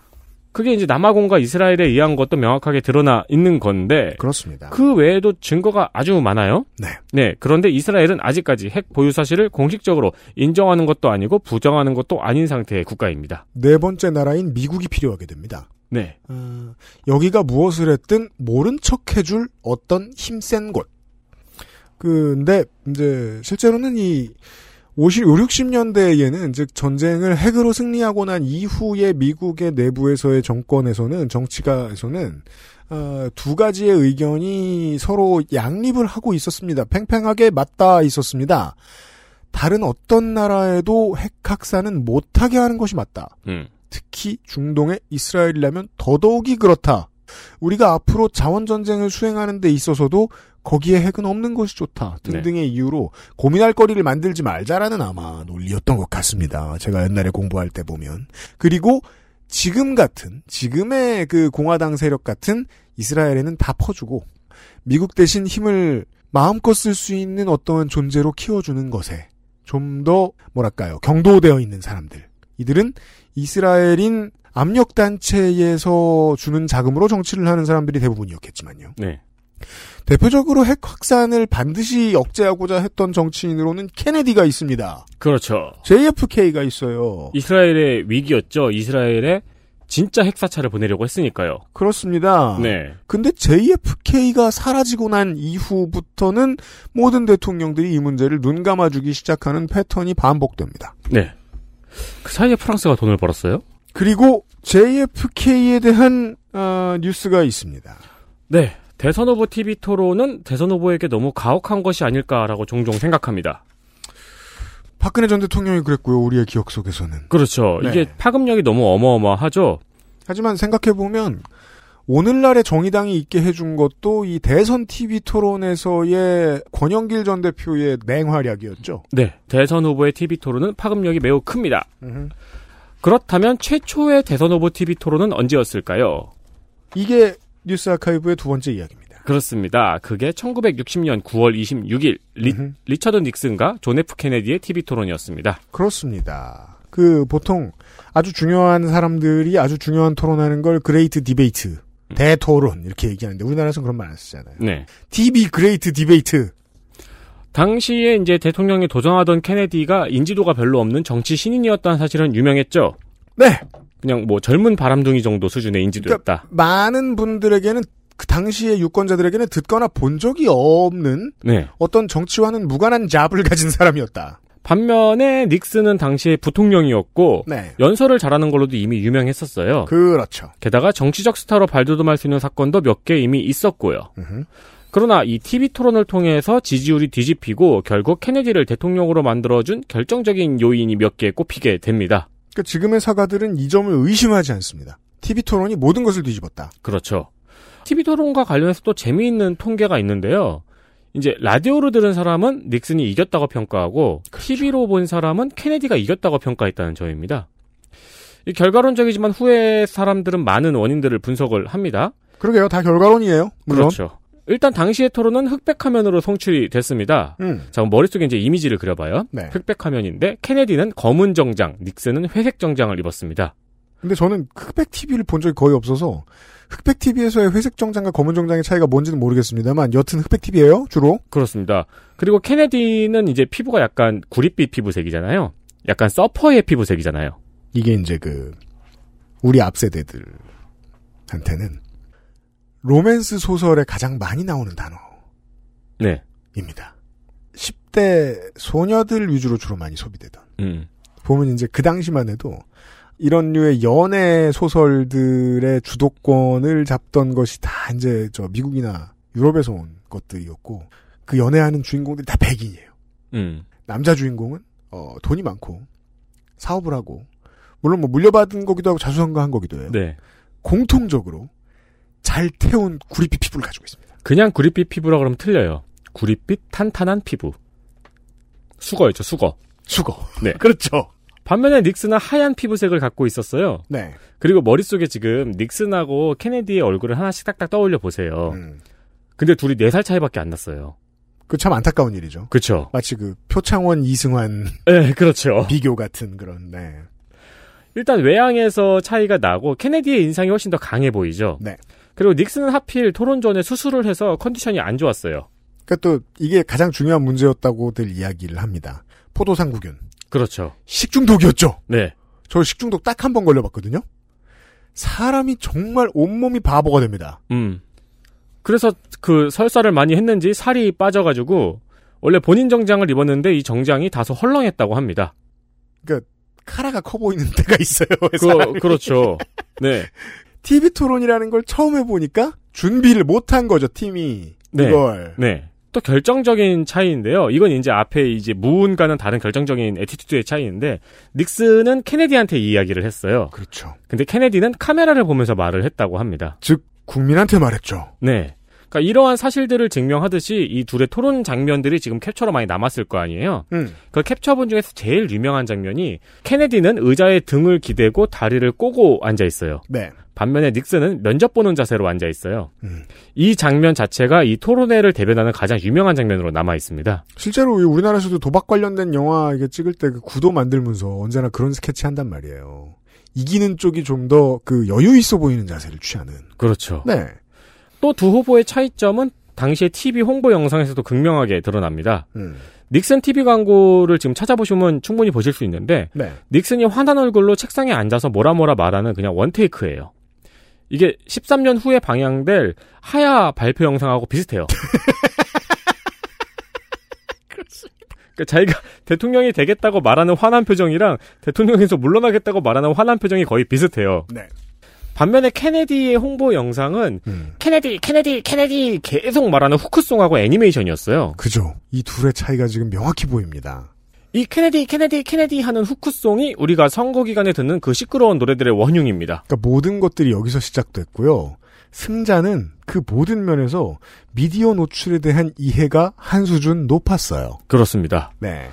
Speaker 3: 그게 이제 남아공과 이스라엘에 의한 것도 명확하게 드러나 있는 건데,
Speaker 2: 그렇습니다.
Speaker 3: 그 외에도 증거가 아주 많아요.
Speaker 2: 네.
Speaker 3: 그런데 이스라엘은 아직까지 핵 보유 사실을 공식적으로 인정하는 것도 아니고 부정하는 것도 아닌 상태의 국가입니다.
Speaker 2: 네 번째 나라인 미국이 필요하게 됩니다.
Speaker 3: 네.
Speaker 2: 어, 여기가 무엇을 했든 모른 척 해줄 어떤 힘센 곳. 근데 이제 실제로는 이 50, 5, 60년대에는 즉 전쟁을 핵으로 승리하고 난 이후에 미국의 내부에서의 정권에서는 정치가에서는 어, 두 가지의 의견이 서로 양립을 하고 있었습니다. 팽팽하게 맞닿아 있었습니다. 다른 어떤 나라에도 핵학사는 못하게 하는 것이 맞다.
Speaker 3: 음.
Speaker 2: 특히 중동의 이스라엘이라면 더더욱이 그렇다. 우리가 앞으로 자원전쟁을 수행하는 데 있어서도 거기에 핵은 없는 것이 좋다.
Speaker 3: 네.
Speaker 2: 등등의 이유로 고민할 거리를 만들지 말자라는 아마 논리였던 것 같습니다. 제가 옛날에 공부할 때 보면. 그리고 지금 같은, 지금의 그 공화당 세력 같은 이스라엘에는 다 퍼주고 미국 대신 힘을 마음껏 쓸 수 있는 어떠한 존재로 키워주는 것에 좀 더 뭐랄까요. 경도되어 있는 사람들. 이들은 이스라엘인 압력단체에서 주는 자금으로 정치를 하는 사람들이 대부분이었겠지만요.
Speaker 3: 네.
Speaker 2: 대표적으로 핵 확산을 반드시 억제하고자 했던 정치인으로는 케네디가 있습니다.
Speaker 3: 그렇죠.
Speaker 2: JFK가 있어요.
Speaker 3: 이스라엘의 위기였죠. 이스라엘에 진짜 핵사차를 보내려고 했으니까요.
Speaker 2: 그렇습니다.
Speaker 3: 네.
Speaker 2: 근데 JFK가 사라지고 난 이후부터는 모든 대통령들이 이 문제를 눈 감아주기 시작하는 패턴이 반복됩니다.
Speaker 3: 네. 그 사이에 프랑스가 돈을 벌었어요?
Speaker 2: 그리고 JFK에 대한 어, 뉴스가 있습니다.
Speaker 3: 네. 대선 후보 TV 토론은 대선 후보에게 너무 가혹한 것이 아닐까라고 종종 생각합니다.
Speaker 2: 박근혜 전 대통령이 그랬고요. 우리의 기억 속에서는.
Speaker 3: 그렇죠.
Speaker 2: 네.
Speaker 3: 이게 파급력이 너무 어마어마하죠.
Speaker 2: 하지만 생각해보면 오늘날의 정의당이 있게 해준 것도 이 대선 TV 토론에서의 권영길 전 대표의 맹활약이었죠.
Speaker 3: 네. 대선 후보의 TV 토론은 파급력이 매우 큽니다. 그렇다면 최초의 대선 후보 TV 토론은 언제였을까요?
Speaker 2: 이게 뉴스 아카이브의 두 번째 이야기입니다.
Speaker 3: 그렇습니다. 그게 1960년 9월 26일 리, 리처드 닉슨과 존 F 케네디의 TV 토론이었습니다.
Speaker 2: 그렇습니다. 그 보통 아주 중요한 사람들이 아주 중요한 토론하는 걸 그레이트 디베이트, 대토론 이렇게 얘기하는데 우리나라에서는 그런 말 안 쓰잖아요.
Speaker 3: 네.
Speaker 2: DB 그레이트 디베이트.
Speaker 3: 당시에 이제 대통령에 도전하던 케네디가 인지도가 별로 없는 정치 신인이었다는 사실은 유명했죠.
Speaker 2: 네.
Speaker 3: 그냥 뭐 젊은 바람둥이 정도 수준의 인지도였다.
Speaker 2: 많은 분들에게는 그 당시의 유권자들에게는 듣거나 본 적이 없는
Speaker 3: 네.
Speaker 2: 어떤 정치와는 무관한 잡을 가진 사람이었다.
Speaker 3: 반면에 닉슨은 당시에 부통령이었고
Speaker 2: 네.
Speaker 3: 연설을 잘하는 걸로도 이미 유명했었어요.
Speaker 2: 그렇죠.
Speaker 3: 게다가 정치적 스타로 발돋움할 수 있는 사건도 몇 개 이미 있었고요. 그러나 이 TV 토론을 통해서 지지율이 뒤집히고 결국 케네디를 대통령으로 만들어준 결정적인 요인이 몇 개 꼽히게 됩니다.
Speaker 2: 그러니까 지금의 사가들은 이 점을 의심하지 않습니다. TV 토론이 모든 것을 뒤집었다.
Speaker 3: 그렇죠. TV 토론과 관련해서 또 재미있는 통계가 있는데요. 이제 라디오로 들은 사람은 닉슨이 이겼다고 평가하고
Speaker 2: 그렇죠.
Speaker 3: TV로 본 사람은 케네디가 이겼다고 평가했다는 점입니다. 이 결과론적이지만 후에 사람들은 많은 원인들을 분석을 합니다.
Speaker 2: 그러게요. 다 결과론이에요. 물론.
Speaker 3: 그렇죠. 일단 당시의 토론은 흑백 화면으로 송출이 됐습니다.
Speaker 2: 음.
Speaker 3: 자, 그럼 머릿속에 이제 이미지를 그려봐요.
Speaker 2: 네.
Speaker 3: 흑백 화면인데 케네디는 검은 정장, 닉슨은 회색 정장을 입었습니다.
Speaker 2: 근데 저는 흑백 TV를 본 적이 거의 없어서 흑백 TV에서의 회색 정장과 검은 정장의 차이가 뭔지는 모르겠습니다만 여튼 흑백 TV예요 주로.
Speaker 3: 그렇습니다. 그리고 케네디는 이제 피부가 약간 구릿빛 피부색이잖아요. 약간 서퍼의 피부색이잖아요.
Speaker 2: 이게 이제 그 우리 앞 세대들한테는 로맨스 소설에 가장 많이 나오는
Speaker 3: 네.
Speaker 2: 단어입니다. 10대 소녀들 위주로 주로 많이 소비되던. 보면 이제 그 당시만 해도 이런 류의 연애 소설들의 주도권을 잡던 것이 다 이제 저 미국이나 유럽에서 온 것들이었고 그 연애하는 주인공들이 다 백인이에요.
Speaker 3: 음.
Speaker 2: 남자 주인공은 어, 돈이 많고 사업을 하고 물론 뭐 물려받은 거기도 하고 자수성가한 거기도 해요.
Speaker 3: 네.
Speaker 2: 공통적으로 잘 태운 구리피 피부를 가지고 있습니다.
Speaker 3: 그냥 구릿빛 피부라 그러면 틀려요. 구릿빛 탄탄한 피부. 수거였죠, 수거.
Speaker 2: 수거.
Speaker 3: 네.
Speaker 2: 그렇죠.
Speaker 3: 반면에 닉슨은 하얀 피부색을 갖고 있었어요.
Speaker 2: 네.
Speaker 3: 그리고 머릿속에 지금 닉슨하고 케네디의 얼굴을 하나씩 딱딱 떠올려
Speaker 2: 어.
Speaker 3: 보세요.
Speaker 2: 음.
Speaker 3: 근데 둘이 4살 차이밖에 안 났어요.
Speaker 2: 그 참 안타까운 일이죠.
Speaker 3: 그렇죠.
Speaker 2: 마치 그 표창원 이승환
Speaker 3: 네, 그렇죠.
Speaker 2: 비교 같은 그런 네.
Speaker 3: 일단 외양에서 차이가 나고 케네디의 인상이 훨씬 더 강해 보이죠.
Speaker 2: 네.
Speaker 3: 그리고 닉슨은 하필 토론 전에 수술을 해서 컨디션이 안 좋았어요.
Speaker 2: 그러니까 또 이게 가장 중요한 문제였다고들 이야기를 합니다. 포도상구균
Speaker 3: 그렇죠.
Speaker 2: 식중독이었죠.
Speaker 3: 네.
Speaker 2: 저 식중독 딱 한 번 걸려봤거든요. 사람이 정말 온몸이 바보가 됩니다.
Speaker 3: 음. 그래서 그 설사를 많이 했는지 살이 빠져가지고 원래 본인 정장을 입었는데 이 정장이 다소 헐렁했다고 합니다.
Speaker 2: 그러니까 카라가 커 보이는 데가 있어요. 사람이.
Speaker 3: 그, 그렇죠. 네.
Speaker 2: TV 토론이라는 걸 처음 해보니까 준비를 못한 거죠 팀이
Speaker 3: 네.
Speaker 2: 이걸.
Speaker 3: 네. 또 결정적인 차이인데요. 이건 이제 앞에 이제 무운과는 다른 결정적인 에티튜드의 차이인데 닉슨은 케네디한테 이 이야기를 했어요.
Speaker 2: 그렇죠.
Speaker 3: 근데 케네디는 카메라를 보면서 말을 했다고 합니다.
Speaker 2: 즉 국민한테 말했죠.
Speaker 3: 네. 그러니까 이러한 사실들을 증명하듯이 이 둘의 토론 장면들이 지금 캡처로 많이 남았을 거 아니에요.
Speaker 2: 음.
Speaker 3: 그 캡처본 중에서 제일 유명한 장면이 케네디는 의자에 등을 기대고 다리를 꼬고 앉아 있어요.
Speaker 2: 네.
Speaker 3: 반면에 닉슨은 면접 보는 자세로 앉아 있어요. 이 장면 자체가 이 토론회를 대변하는 가장 유명한 장면으로 남아 있습니다.
Speaker 2: 실제로 이 우리나라에서도 도박 관련된 영화 이게 찍을 때 그 구도 만들면서 언제나 그런 스케치 한단 말이에요. 이기는 쪽이 좀 더 그 여유 있어 보이는 자세를 취하는.
Speaker 3: 그렇죠.
Speaker 2: 네.
Speaker 3: 또 두 후보의 차이점은 당시의 TV 홍보 영상에서도 극명하게 드러납니다.
Speaker 2: 음.
Speaker 3: 닉슨 TV 광고를 지금 찾아보시면 충분히 보실 수 있는데
Speaker 2: 네.
Speaker 3: 닉슨이 화난 얼굴로 책상에 앉아서 뭐라 뭐라 말하는 그냥 원테이크예요. 이게 13년 후에 방영될 하야 발표 영상하고 비슷해요. 그러니까 자기가 대통령이 되겠다고 말하는 화난 표정이랑 대통령에서 물러나겠다고 말하는 화난 표정이 거의 비슷해요.
Speaker 2: 네.
Speaker 3: 반면에 케네디의 홍보 영상은 케네디, 케네디, 케네디 계속 말하는 후크송하고 애니메이션이었어요.
Speaker 2: 그죠. 이 둘의 차이가 지금 명확히 보입니다.
Speaker 3: 이 케네디, 케네디, 케네디 하는 후크송이 우리가 선거 기간에 듣는 그 시끄러운 노래들의 원흉입니다.
Speaker 2: 그러니까 모든 것들이 여기서 시작됐고요. 승자는 그 모든 면에서 미디어 노출에 대한 이해가 한 수준 높았어요.
Speaker 3: 그렇습니다.
Speaker 2: 네.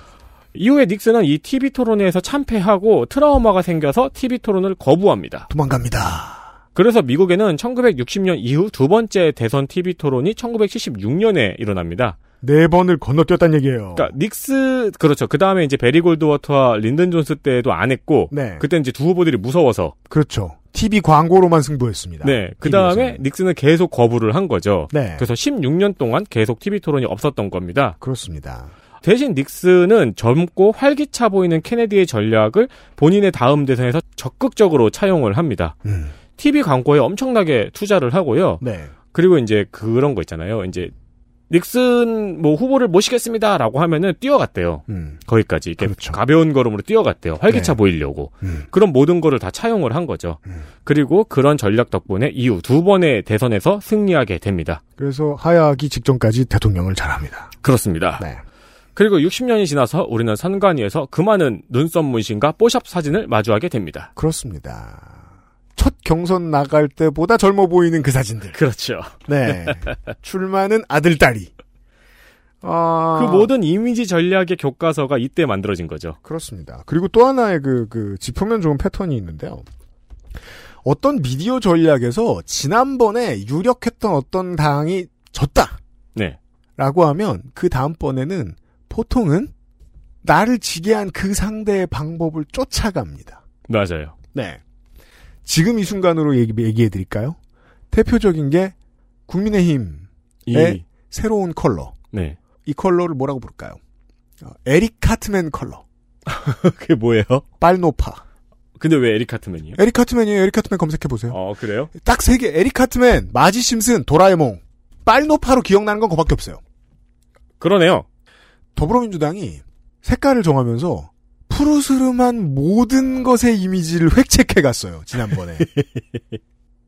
Speaker 3: 이후에 닉슨은 이 TV 토론회에서 참패하고 트라우마가 생겨서 TV 토론을 거부합니다.
Speaker 2: 도망갑니다.
Speaker 3: 그래서 미국에는 1960년 이후 두 번째 대선 TV 토론이 1976년에 일어납니다.
Speaker 2: 네 번을 건너뛰었단 얘기예요.
Speaker 3: 그러니까 닉스 그렇죠. 그 다음에 이제 베리 골드워터와 린든 존스 때도 안 했고
Speaker 2: 네.
Speaker 3: 그때 이제 두 후보들이 무서워서
Speaker 2: 그렇죠. TV 광고로만 승부했습니다.
Speaker 3: 네. 그 다음에 닉슨은 계속 거부를 한 거죠.
Speaker 2: 네.
Speaker 3: 그래서 16년 동안 계속 TV 토론이 없었던 겁니다.
Speaker 2: 그렇습니다.
Speaker 3: 대신 닉슨은 젊고 활기차 보이는 케네디의 전략을 본인의 다음 대선에서 적극적으로 차용을 합니다. TV 광고에 엄청나게 투자를 하고요.
Speaker 2: 네.
Speaker 3: 그리고 이제 그런 거 있잖아요. 이제 닉슨 뭐 후보를 모시겠습니다라고 하면은 뛰어갔대요.
Speaker 2: 음.
Speaker 3: 거기까지 이렇게 가벼운 걸음으로 뛰어갔대요. 활기차
Speaker 2: 네.
Speaker 3: 보이려고.
Speaker 2: 음.
Speaker 3: 그런 모든 거를 다 차용을 한 거죠. 그리고 그런 전략 덕분에 이후 두 번의 대선에서 승리하게 됩니다.
Speaker 2: 그래서 하야하기 직전까지 대통령을 잘합니다. 네.
Speaker 3: 그렇습니다. 그리고 60년이 지나서 우리는 선관위에서 그 많은 눈썹 문신과 뽀샵 사진을 마주하게 됩니다.
Speaker 2: 그렇습니다. 첫 경선 나갈 때보다 젊어 보이는 그 사진들.
Speaker 3: 그렇죠.
Speaker 2: 네. 출마는 아들, 딸이. 아.
Speaker 3: 그 모든 이미지 전략의 교과서가 이때 만들어진 거죠.
Speaker 2: 그렇습니다. 그리고 또 하나의 그, 그, 짚으면 좋은 패턴이 있는데요. 어떤 미디어 전략에서 지난번에 유력했던 어떤 당이 졌다!
Speaker 3: 네.
Speaker 2: 라고 하면 그 다음번에는 보통은 나를 지게 한 그 상대의 방법을 쫓아갑니다.
Speaker 3: 맞아요.
Speaker 2: 네. 지금 이 순간으로 얘기, 얘기해 드릴까요? 대표적인 게 국민의힘의
Speaker 3: 이-
Speaker 2: 새로운 컬러.
Speaker 3: 네.
Speaker 2: 이 컬러를 뭐라고 부를까요? 어, 에릭 카트맨 컬러.
Speaker 3: 그게 뭐예요?
Speaker 2: 빨노파.
Speaker 3: 근데 왜 에릭 카트맨이요?
Speaker 2: 에릭 카트맨이에요. 에릭 카트맨 검색해보세요.
Speaker 3: 어, 그래요?
Speaker 2: 딱 세 개. 에릭 카트맨, 마지 심슨, 도라에몽. 빨노파로 기억나는 건 그밖에 없어요.
Speaker 3: 그러네요.
Speaker 2: 더불어민주당이 색깔을 정하면서 푸르스름한 모든 것의 이미지를 획책해 갔어요. 지난번에.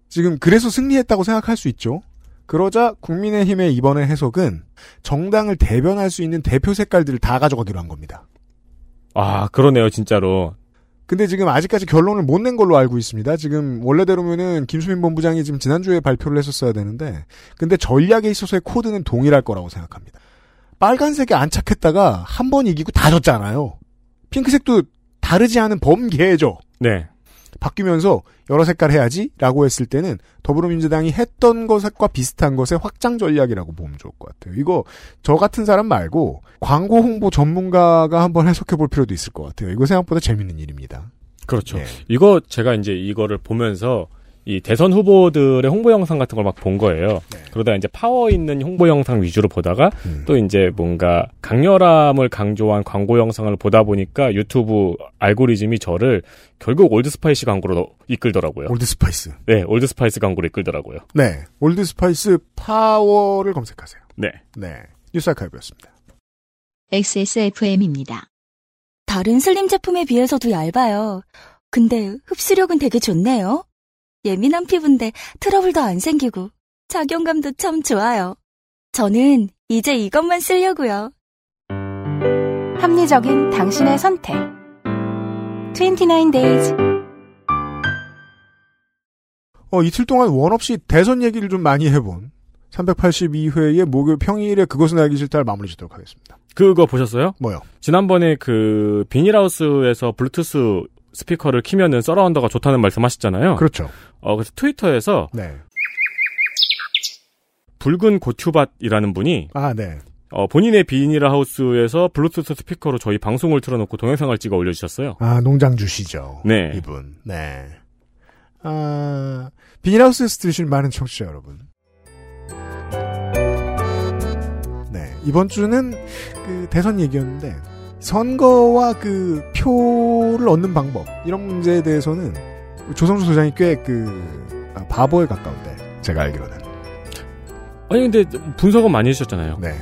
Speaker 2: 지금 그래서 승리했다고 생각할 수 있죠. 그러자 국민의힘의 이번의 해석은 정당을 대변할 수 있는 대표 색깔들을 다 가져가기로 한 겁니다.
Speaker 3: 아, 그러네요, 진짜로.
Speaker 2: 근데 지금 아직까지 결론을 못 낸 걸로 알고 있습니다. 지금 원래대로면은 김수민 본부장이 지금 지난주에 발표를 했었어야 되는데, 근데 전략에 있어서의 코드는 동일할 거라고 생각합니다. 빨간색에 안착했다가 한 번 이기고 다 졌잖아요. 핑크색도 다르지 않은 범계죠.
Speaker 3: 네.
Speaker 2: 바뀌면서 여러 색깔 해야지라고 했을 때는 더불어민주당이 했던 것과 비슷한 것의 확장 전략이라고 보면 좋을 것 같아요. 이거 저 같은 사람 말고 광고 홍보 전문가가 한번 해석해 볼 필요도 있을 것 같아요. 이거 생각보다 재밌는 일입니다. 네.
Speaker 3: 그렇죠. 예. 이거 제가 이제 이거를 보면서 이 대선 후보들의 홍보 영상 같은 걸 막 본 거예요. 네. 그러다 이제 파워 있는 홍보 영상 위주로 보다가 음. 또 이제 뭔가 강렬함을 강조한 광고 영상을 보다 보니까 유튜브 알고리즘이 저를 결국 올드 스파이시 광고로 이끌더라고요.
Speaker 2: 올드 스파이스.
Speaker 3: 네, 올드 스파이스 광고로 이끌더라고요.
Speaker 2: 네, 올드 스파이스 파워를 검색하세요.
Speaker 3: 네.
Speaker 2: 네. 뉴스 아카이브였습니다.
Speaker 1: XSFM입니다.
Speaker 11: 다른 슬림 제품에 비해서도 얇아요. 근데 흡수력은 되게 좋네요. 예민한 피부인데 트러블도 안 생기고 작용감도 참 좋아요. 저는 이제 이것만 쓰려고요.
Speaker 12: 합리적인 당신의 선택. 29 days.
Speaker 2: 어, 이틀 동안 원 없이 대선 얘기를 좀 많이 해본 382회의 목요일 평일에 그것은 알기 싫다를 마무리 짓도록 하겠습니다.
Speaker 3: 그거 보셨어요?
Speaker 2: 뭐요?
Speaker 3: 지난번에 그 비닐하우스에서 블루투스 스피커를 키면은 서라운더가 좋다는 말씀 하셨잖아요.
Speaker 2: 그렇죠.
Speaker 3: 어, 그래서 트위터에서. 네. 붉은 고추밭이라는 분이.
Speaker 2: 아, 네.
Speaker 3: 어, 본인의 비닐하우스에서 블루투스 스피커로 저희 방송을 틀어놓고 동영상을 찍어 올려주셨어요.
Speaker 2: 아, 농장 주시죠.
Speaker 3: 네.
Speaker 2: 이분. 네. 아, 비닐하우스에서 들으신 많은 청취자 여러분. 네. 이번 주는 그 대선 얘기였는데. 선거와 그 표를 얻는 방법 이런 문제에 대해서는 조성주 소장이 꽤그 아, 바보에 가까운데 제가 알기로는
Speaker 3: 아니 근데 분석은 많이 해주셨잖아요.
Speaker 2: 네,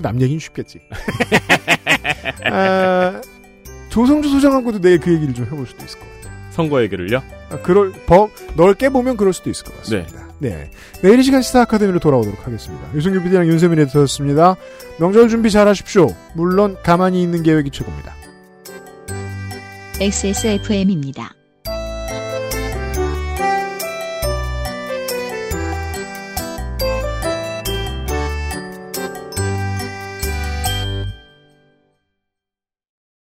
Speaker 2: 남 얘기는 쉽겠지. 아, 조성주 소장하고도 내일 그 얘기를 좀 해볼 수도 있을 것 같아요.
Speaker 3: 선거 얘기를요?
Speaker 2: 아, 그럴 법 넓게 보면 그럴 수도 있을 것 같습니다. 네. 네. 내일 이 시간 시사 아카데미로 돌아오도록 하겠습니다. 유승규 PD랑 윤세민 에디터였습니다. 명절 준비 잘 하십시오. 물론 가만히 있는 계획이 최고입니다.
Speaker 1: XSFM입니다.